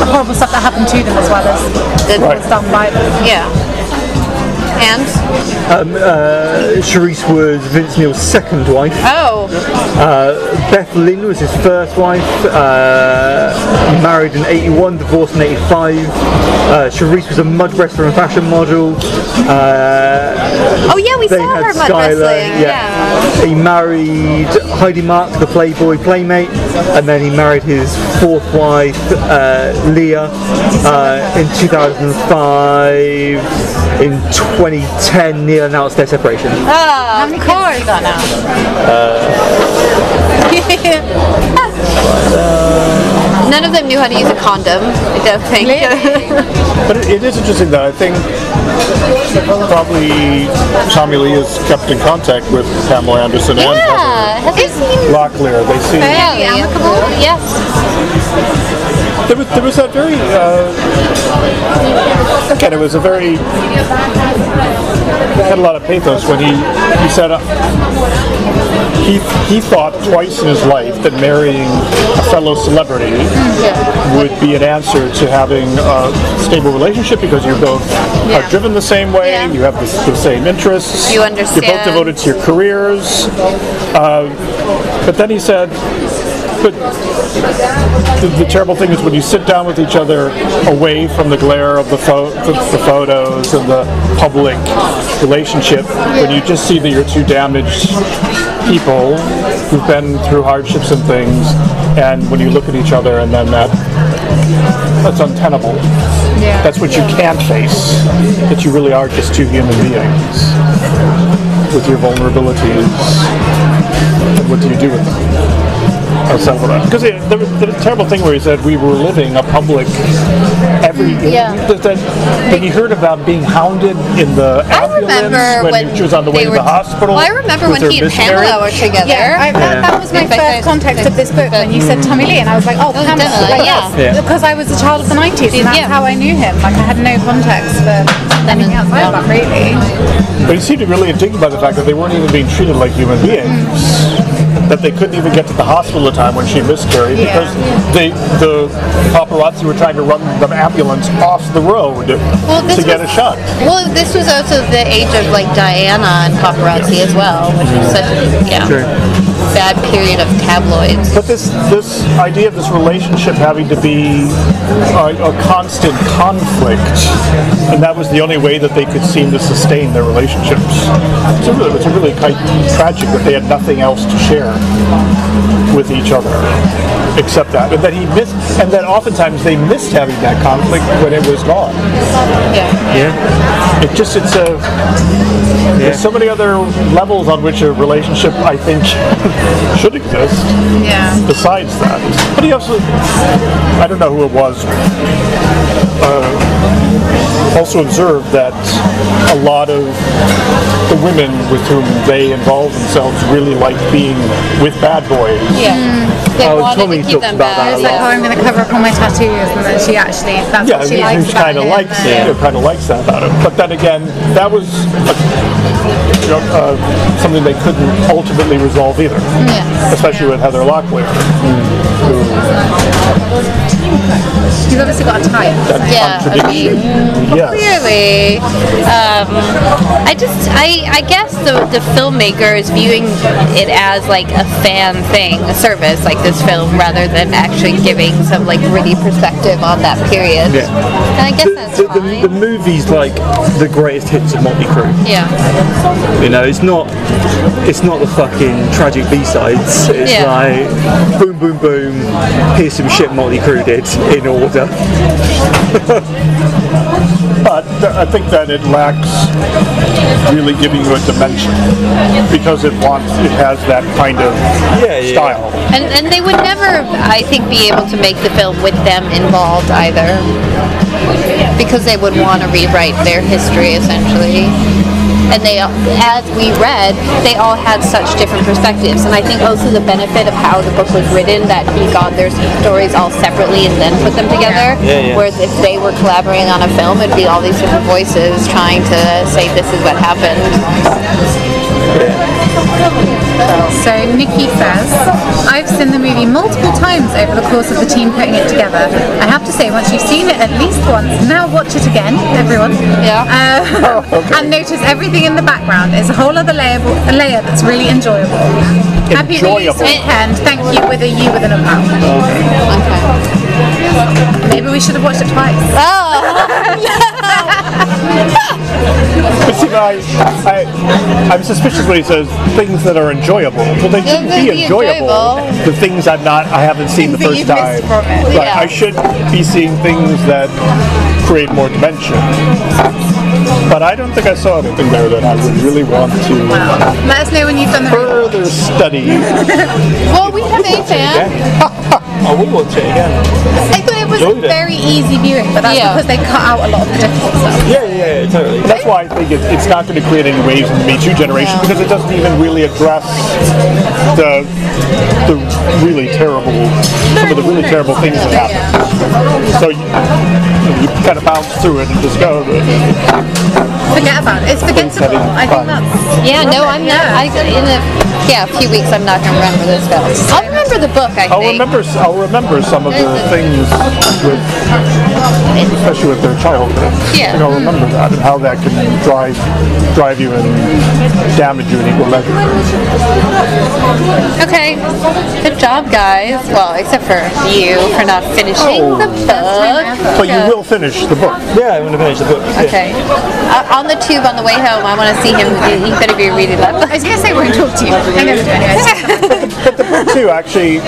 of horrible stuff that happened to them as well as
Good.
what was done by them.
yeah, and
Um, uh, Charisse was Vince Neil's second wife.
oh,
Uh, Beth Lynn was his first wife. Uh, married in '81, divorced in '85. Uh, Charisse was a mud wrestler and fashion model. Uh,
oh yeah, we
they
saw
had
her mud
Skylar,
wrestling. Yeah.
He married Heidi Mark, the Playboy playmate, and then he married his fourth wife, uh, Leah, uh, in 2005. In 2010, Neil announced their separation.
Oh,
Of course. Got now.
[laughs] none of them knew how to use a condom. I don't think.
But it, it is interesting that I think probably Tommy Lee is kept in contact with Pamela Anderson
yeah, has it
and
seemed
Locklear. They see
fairly amicable? Yes.
There was, there was that very. Uh, again, it was a very. had a lot of pathos when he he said uh, he he thought twice in his life that marrying a fellow celebrity would be an answer to having a stable relationship because you both
Yeah.
are driven the same way,
Yeah.
you have the, the same interests,
You
you're both
understand.
devoted to your careers. Uh, but then he said, but the, the terrible thing is when you sit down with each other away from the glare of the, pho- the, the photos and the public relationship, when you just see that you're two damaged people who've been through hardships and things, and when you look at each other, and then that that's untenable.
Yeah.
That's what you can face. That you really are just two human beings with your vulnerabilities. And what do you do with them? Because the, the, the terrible thing where he said we were living a public every
Mm, Yeah.
that, that- when he heard about being hounded in the
I
ambulance
remember when,
she was on the way
they
to
were,
the hospital.
Well, I remember
with
when
her
he and Pamela were
miscarriage.
together.
Yeah, I, that, that was my
If I said-
first context of this book when you said Tommy Lee, and I was like, oh,
Oh,
Pamela.
definitely,
Like,
yeah.
Yeah.
Because I was a child of the 90s, and that's
Yeah.
how I knew him. Like, I had no context for anything outside of that, really.
But he seemed to really indignant by the fact that they weren't even being treated like human beings. That they couldn't even get to the hospital in time when she miscarried
Yeah.
because they, the paparazzi were trying to run the ambulance off the road
this
to get
was-
a shot.
Well, this was also the age of like Diana and paparazzi as well, which was such a yeah, bad period of tabloids.
But this this idea of this relationship having to be a, a constant conflict, and that was the only way that they could seem to sustain their relationships. It's a really, it's a really quite tragic that they had nothing else to share with each other except that, and that he missed, and that oftentimes they missed having that conflict when it was gone.
Yeah.
Yeah.
It just it's a there's so many other levels on which a relationship I think [laughs] should exist
Yeah.
besides that. But he also, I don't know who it was, uh, also observed that a lot of the women with whom they involved themselves really like being with bad boys.
Yeah. They
Oh,
wanted
Tommy
to keep
talks
them
about
bad.
that a
It's like, oh,
yeah.
I'm going to cover up all my tattoos, and then she actually, that's
Yeah,
what she
he
likes about
kind of
him,
likes
and-
it. Kind of likes that about him. But then again, that was you know, uh, something they couldn't ultimately resolve either,
Yes.
especially with Heather Locklear.
He's obviously got a type.
Yeah,
Contradiction. Yes.
Clearly, um, I just I, I guess the the filmmaker is viewing it as like a fan thing, a service like this film, rather than actually giving some like really perspective on that period.
Yeah.
And I guess that's
The, the,
fine.
the, the movie's like the greatest hits of Motley Crue.
yeah,
You know, it's not it's not the fucking tragic B sides. It's
Yeah.
like boom, boom, boom. Here's some shit Motley Crue did in order.
But th- I think that it lacks really giving you a dimension because it wants, it has that kind of
Yeah, yeah.
style.
and and they would never, I think, be able to make the film with them involved either, because they would want to rewrite their history essentially. And they, as we read, they all had such different perspectives. And I think also the benefit of how the book was written that he got their stories all separately and then put them together.
Yeah, yeah.
Whereas if they were collaborating on a film, it'd be all these different voices trying to say this is what happened.
So Nikki says, I've seen the movie multiple times over the course of the team putting it together. I have to say, once you've seen it at least once, now watch it again, everyone.
Yeah.
[laughs] Uh, And notice everything in the background is a whole other layer, a layer that's really enjoyable. Happy release
Enjoyable.
weekend. Thank you with a U with an umlaut.
Okay.
Maybe we should have watched it twice.
Oh,
But see, I, I, I'm suspicious when he says things that are enjoyable. Well, they
Yeah,
should
they'd
be
be
enjoyable.
enjoyable.
The things I've not, I haven't seen the
Things
first
that you've
time.
missed from it.
Right,
Yeah.
I should be seeing things that create more dimension. But I don't think I saw anything there that I would really want to
Let us know when you've done the rewatch.
further study.
Well, we have a fan.
I would watch it again.
I thought it was a
Enjoyed it.
very easy viewing, but that's
Yeah.
because they cut out a lot of the difficult stuff.
Yeah, yeah, yeah, totally. That's why I think it, it's not going to create any waves in the Me Too generation
No.
because it doesn't even really address the the really terrible some of the really terrible things that happen. So you, you kind of bounce through it and just go.
Forget about it. It's forgettable. I think
fun.
that's.
Yeah, no, I'm not.
Yeah.
I, in a yeah, a few weeks, I'm not gonna remember this film. I'll remember the book. I
I'll
think.
remember. I'll remember some of the things with, especially with their childhood.
Yeah.
You know, remember that and how that can drive drive you and damage you in equal measure.
Okay. Good job, guys. Well, except for you for not finishing the book.
But you will finish the book.
Yeah, I'm going to finish the book. yeah.
Okay. Uh, on the tube on the way home, I want to see him. He better be reading that book.
I was going to say, won't talk to you. I never do anyway.
too, actually,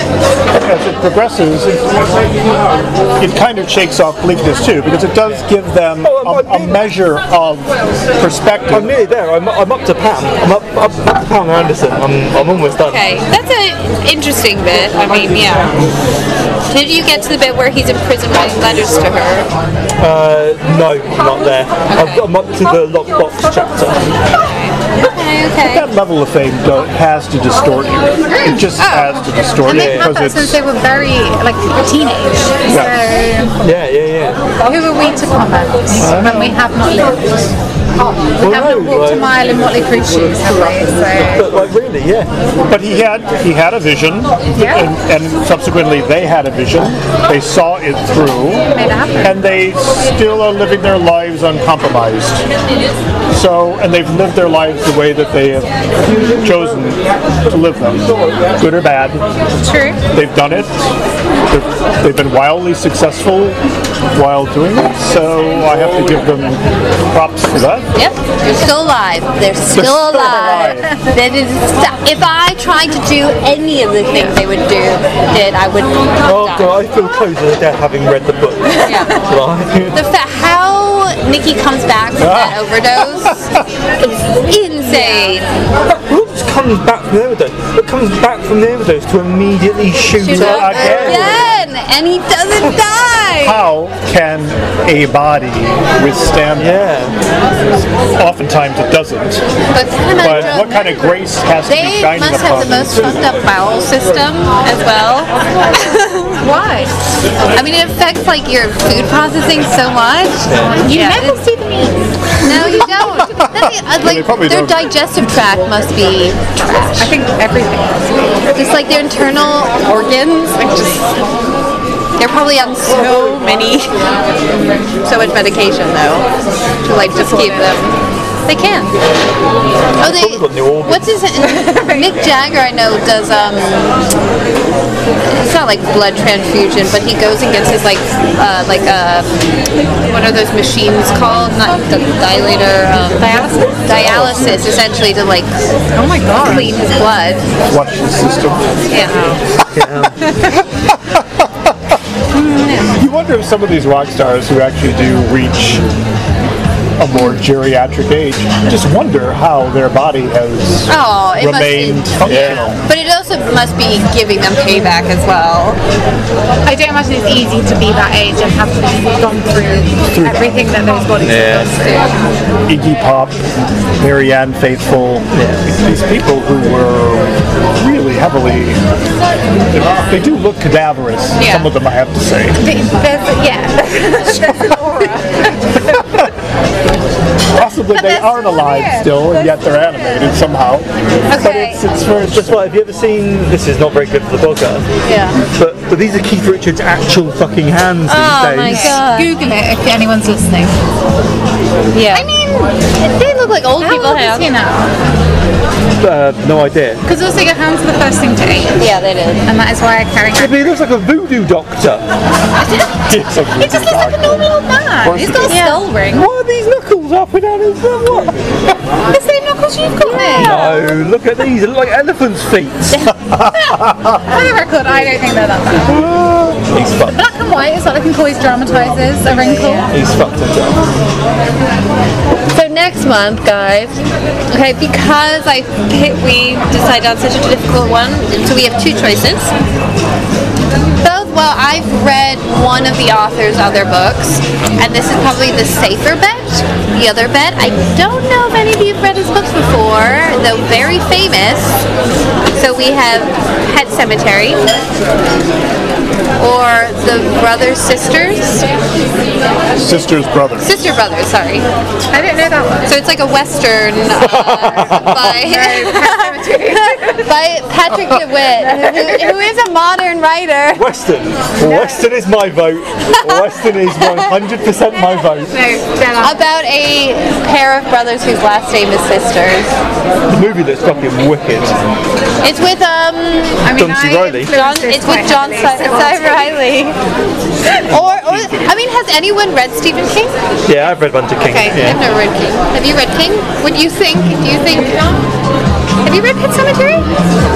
as it progresses, it, it kind of shakes off bleakness too, because it does give them
Oh,
a,
I'm- I'm-
a measure of
I'm
perspective.
nearly there. I'm, I'm up to Pam. I'm up, up, up to Pam Anderson. I'm, I'm almost done.
Okay, that's an interesting bit. I mean, yeah. Did you get to the bit where he's in prison writing letters to her?
Uh, no, not there. I've, I'm up to the lockbox chapter.
Okay, okay.
That level of fame do- has to distort you. It just
Oh.
has to distort
And
you
they've had
because
that since
it's
they were very, like, teenage. So,
Yeah, yeah, yeah.
who are we to comment when we have not lived? We have not walked a mile in Motley Crue shoes, have we? So,
But like, really, yeah.
But he had he had a vision,
Yeah.
and, and subsequently they had a vision. They saw it through,
Made it happen.
and they still are living their lives uncompromised. So, and they've lived their lives the way that they have chosen to live them, good or bad.
true.
They've done it. They've, they've been wildly successful while doing it. So I have to give them props for that.
Yep, they're still alive. They're still alive. [laughs] That is, if I tried to do any of the things they would do, did I would
Oh
die.
god, I feel closer to death having read the book. [laughs]
Yeah.
Right.
The fact how Nikki comes back from
[laughs]
that overdose is insane.
Oops, comes back from the overdose. But comes back from the overdose to immediately shoot,
Shoot up
up.
again,
again.
and he doesn't
[laughs]
die.
How can a body withstand that?
Yeah.
Oftentimes it doesn't.
But, kinda
But
drunk.
what kind of grace has to be
They
shining
must have
upon
the most
you?
fucked up bowel system as [laughs] well.
Why?
I mean, it affects like your food processing so much.
You
Yeah,
never
it's-
see them eat.
No, you don't. That's the- uh,
They
like
probably
their
don't.
digestive tract must be trash.
I think everything.
Just like their internal organs, like just they're probably on so many, so much medication though to like just keep them. They can. Oh, they.
Got new organs.
What's his?
[laughs]
Mick Jagger, I know, does um. It's not like blood transfusion, but he goes and gets his like, uh, like uh, what are those machines called? Not the dilator. Um, dialysis. Dialysis, essentially, to like. Oh my god. Clean his blood.
Watch the system.
Yeah.
You wonder if some of these rock stars who actually do reach a more geriatric age just wonder how their body has
Oh, it must be-
remained functional.
But it also must be giving them payback as well.
I don't imagine it's easy to be that age and have gone through everything that those bodies have gone through.
Iggy Pop, Mary Ann Faithful, these people who were really heavily. They do look cadaverous,
Yeah.
some of them I have to say.
Th- There's, yeah.
Possibly they
that's
aren't
so
alive
weird.
still, and yet they're animated somehow. But
Okay.
it's, it's very
That's why, have you ever seen. This is not very good for the podcast.
Yeah.
But, but these are Keith Richards' actual fucking hands these
Oh
days.
my god.
Google it if anyone's listening.
Yeah.
I mean,
they look like old
how old is he now?
Uh, no idea.
Because also your hands are the first thing to eat.
Yeah, they did.
And that is why I carry
But he looks like a voodoo doctor.
[laughs] it's a
He just looks like a normal old man. Ah, He's got a skull ring.
Why are these knuckles up and down his what?
The same knuckles you've got, mate.
No, look at these. They look like elephant's [laughs] feet.
For the record, I don't think they're that bad.
He's fucked.
Black and white is what I think always dramatises a wrinkle.
He's fucked himself.
So next month, guys. Okay, because I pick- we decided on such a difficult one, so we have two choices. Both. Well, I've read one of the author's other books, and this is probably the safer bet The Other Bet. I don't know if any of you have read his books before, though very famous. So we have Pet Cemetery or The Brothers Sisters.
Sister's brother.
Sister Brothers, sorry.
I didn't know that one.
So it's like a Western
[laughs]
uh, by, by Patrick DeWitt, who, who is a modern writer.
Weston. Weston is my vote. Weston is 100% my vote.
No, they're like,
About a pair of brothers whose last name is Sisters.
The movie that's fucking wicked.
It's with um.
I mean,
John C.
I
Reilly.
John,
influenced this
it's with
quite
John
heavily, so I'll
Cy
take it.
Riley. Or, or I mean, has anyone read Stephen King?
Yeah, I've read Bunter King.
Okay, I've
Yeah.
never read King. Have you read King? Would you think? Do you think? Have you read Pet Cemetery?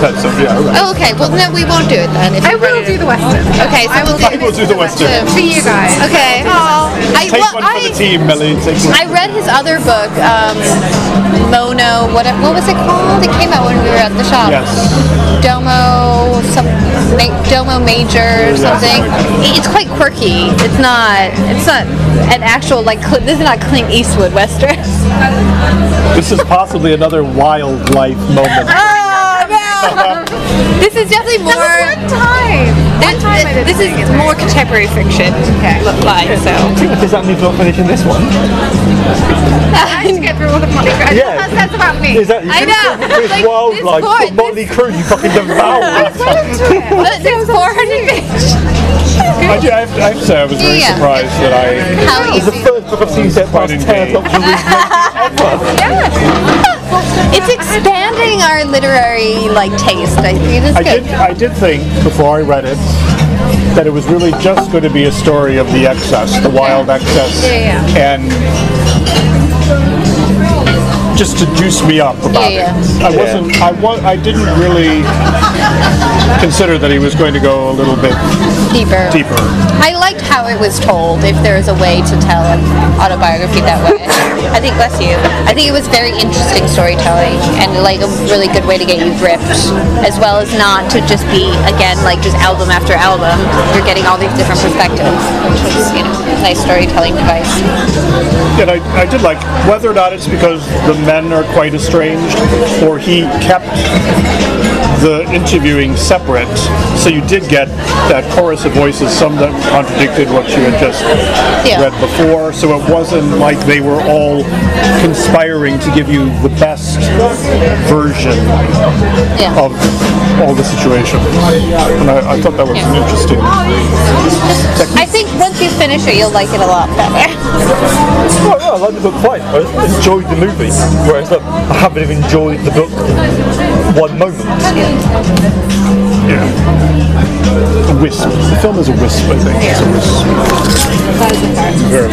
That's it, yeah, right.
Oh, okay. Well, no, we won't do it then. If
I
you've read
will
it.
do the Western.
Okay, so
I will
we'll
do,
do-
We'll do the Western.
for you guys.
Okay. Oh, I,
Take
well,
one for
I,
the team, Millie. Take one.
I read his other book, um, Mono. What what was it called? It came out when we were at the shop.
Yes.
Domo, some ma- Domo Major or something. It's quite quirky. It's not. It's not an actual like. Cl- this is not Clint Eastwood western. [laughs]
This is possibly another wildlife moment.
Oh no! [laughs] this is definitely more.
time.
That, this is more contemporary fiction. Okay. Look like so.
Does that mean we're not finishing this one?
I have to get through all the Motley Crue.
Yeah.
That says about me.
Is that
I know.
It's
Like, this
wildlife. Put
point,
Motley Crue, you fucking
[laughs]
devoured.
Look, there's 400 pages.
I, do- I have to, I have to say, I was very
Yeah.
surprised that I.
How
It's the
easy.
first book I've seen set past
Finding
10
Nemo.
o'clock in the week ever.
It's expanding our literary like taste. I think it's
I
good.
did, I did think before I read it that it was really just going to be a story of the excess, the wild excess,
Yeah,
and just to juice me up about
Yeah,
it. I wasn't. I was. I didn't really consider that he was going to go a little bit
Deeper.
deeper.
I liked how it was told. If there is a way to tell an autobiography that way, I think bless you. I think it was very interesting storytelling and like a really good way to get you gripped, as well as not to just be again like just album after album. You're getting all these different perspectives, which is you know a nice storytelling device.
And I, I did like whether or not it's because the men are quite estranged or he kept the interviewing separate. So you did get that chorus of voices, some that contradicted what you had just
Yeah.
read before. So it wasn't like they were all conspiring to give you the best version
Yeah.
of all the situation. And I, I thought that was an interesting.
I think once you finish it, you'll like it a lot better. [laughs]
Oh, yeah, I liked the book fine. I enjoyed the movie, whereas look, I haven't even enjoyed the book one moment.
Yeah. A wisp. The film is a wisp, I think. It's a wisp. Very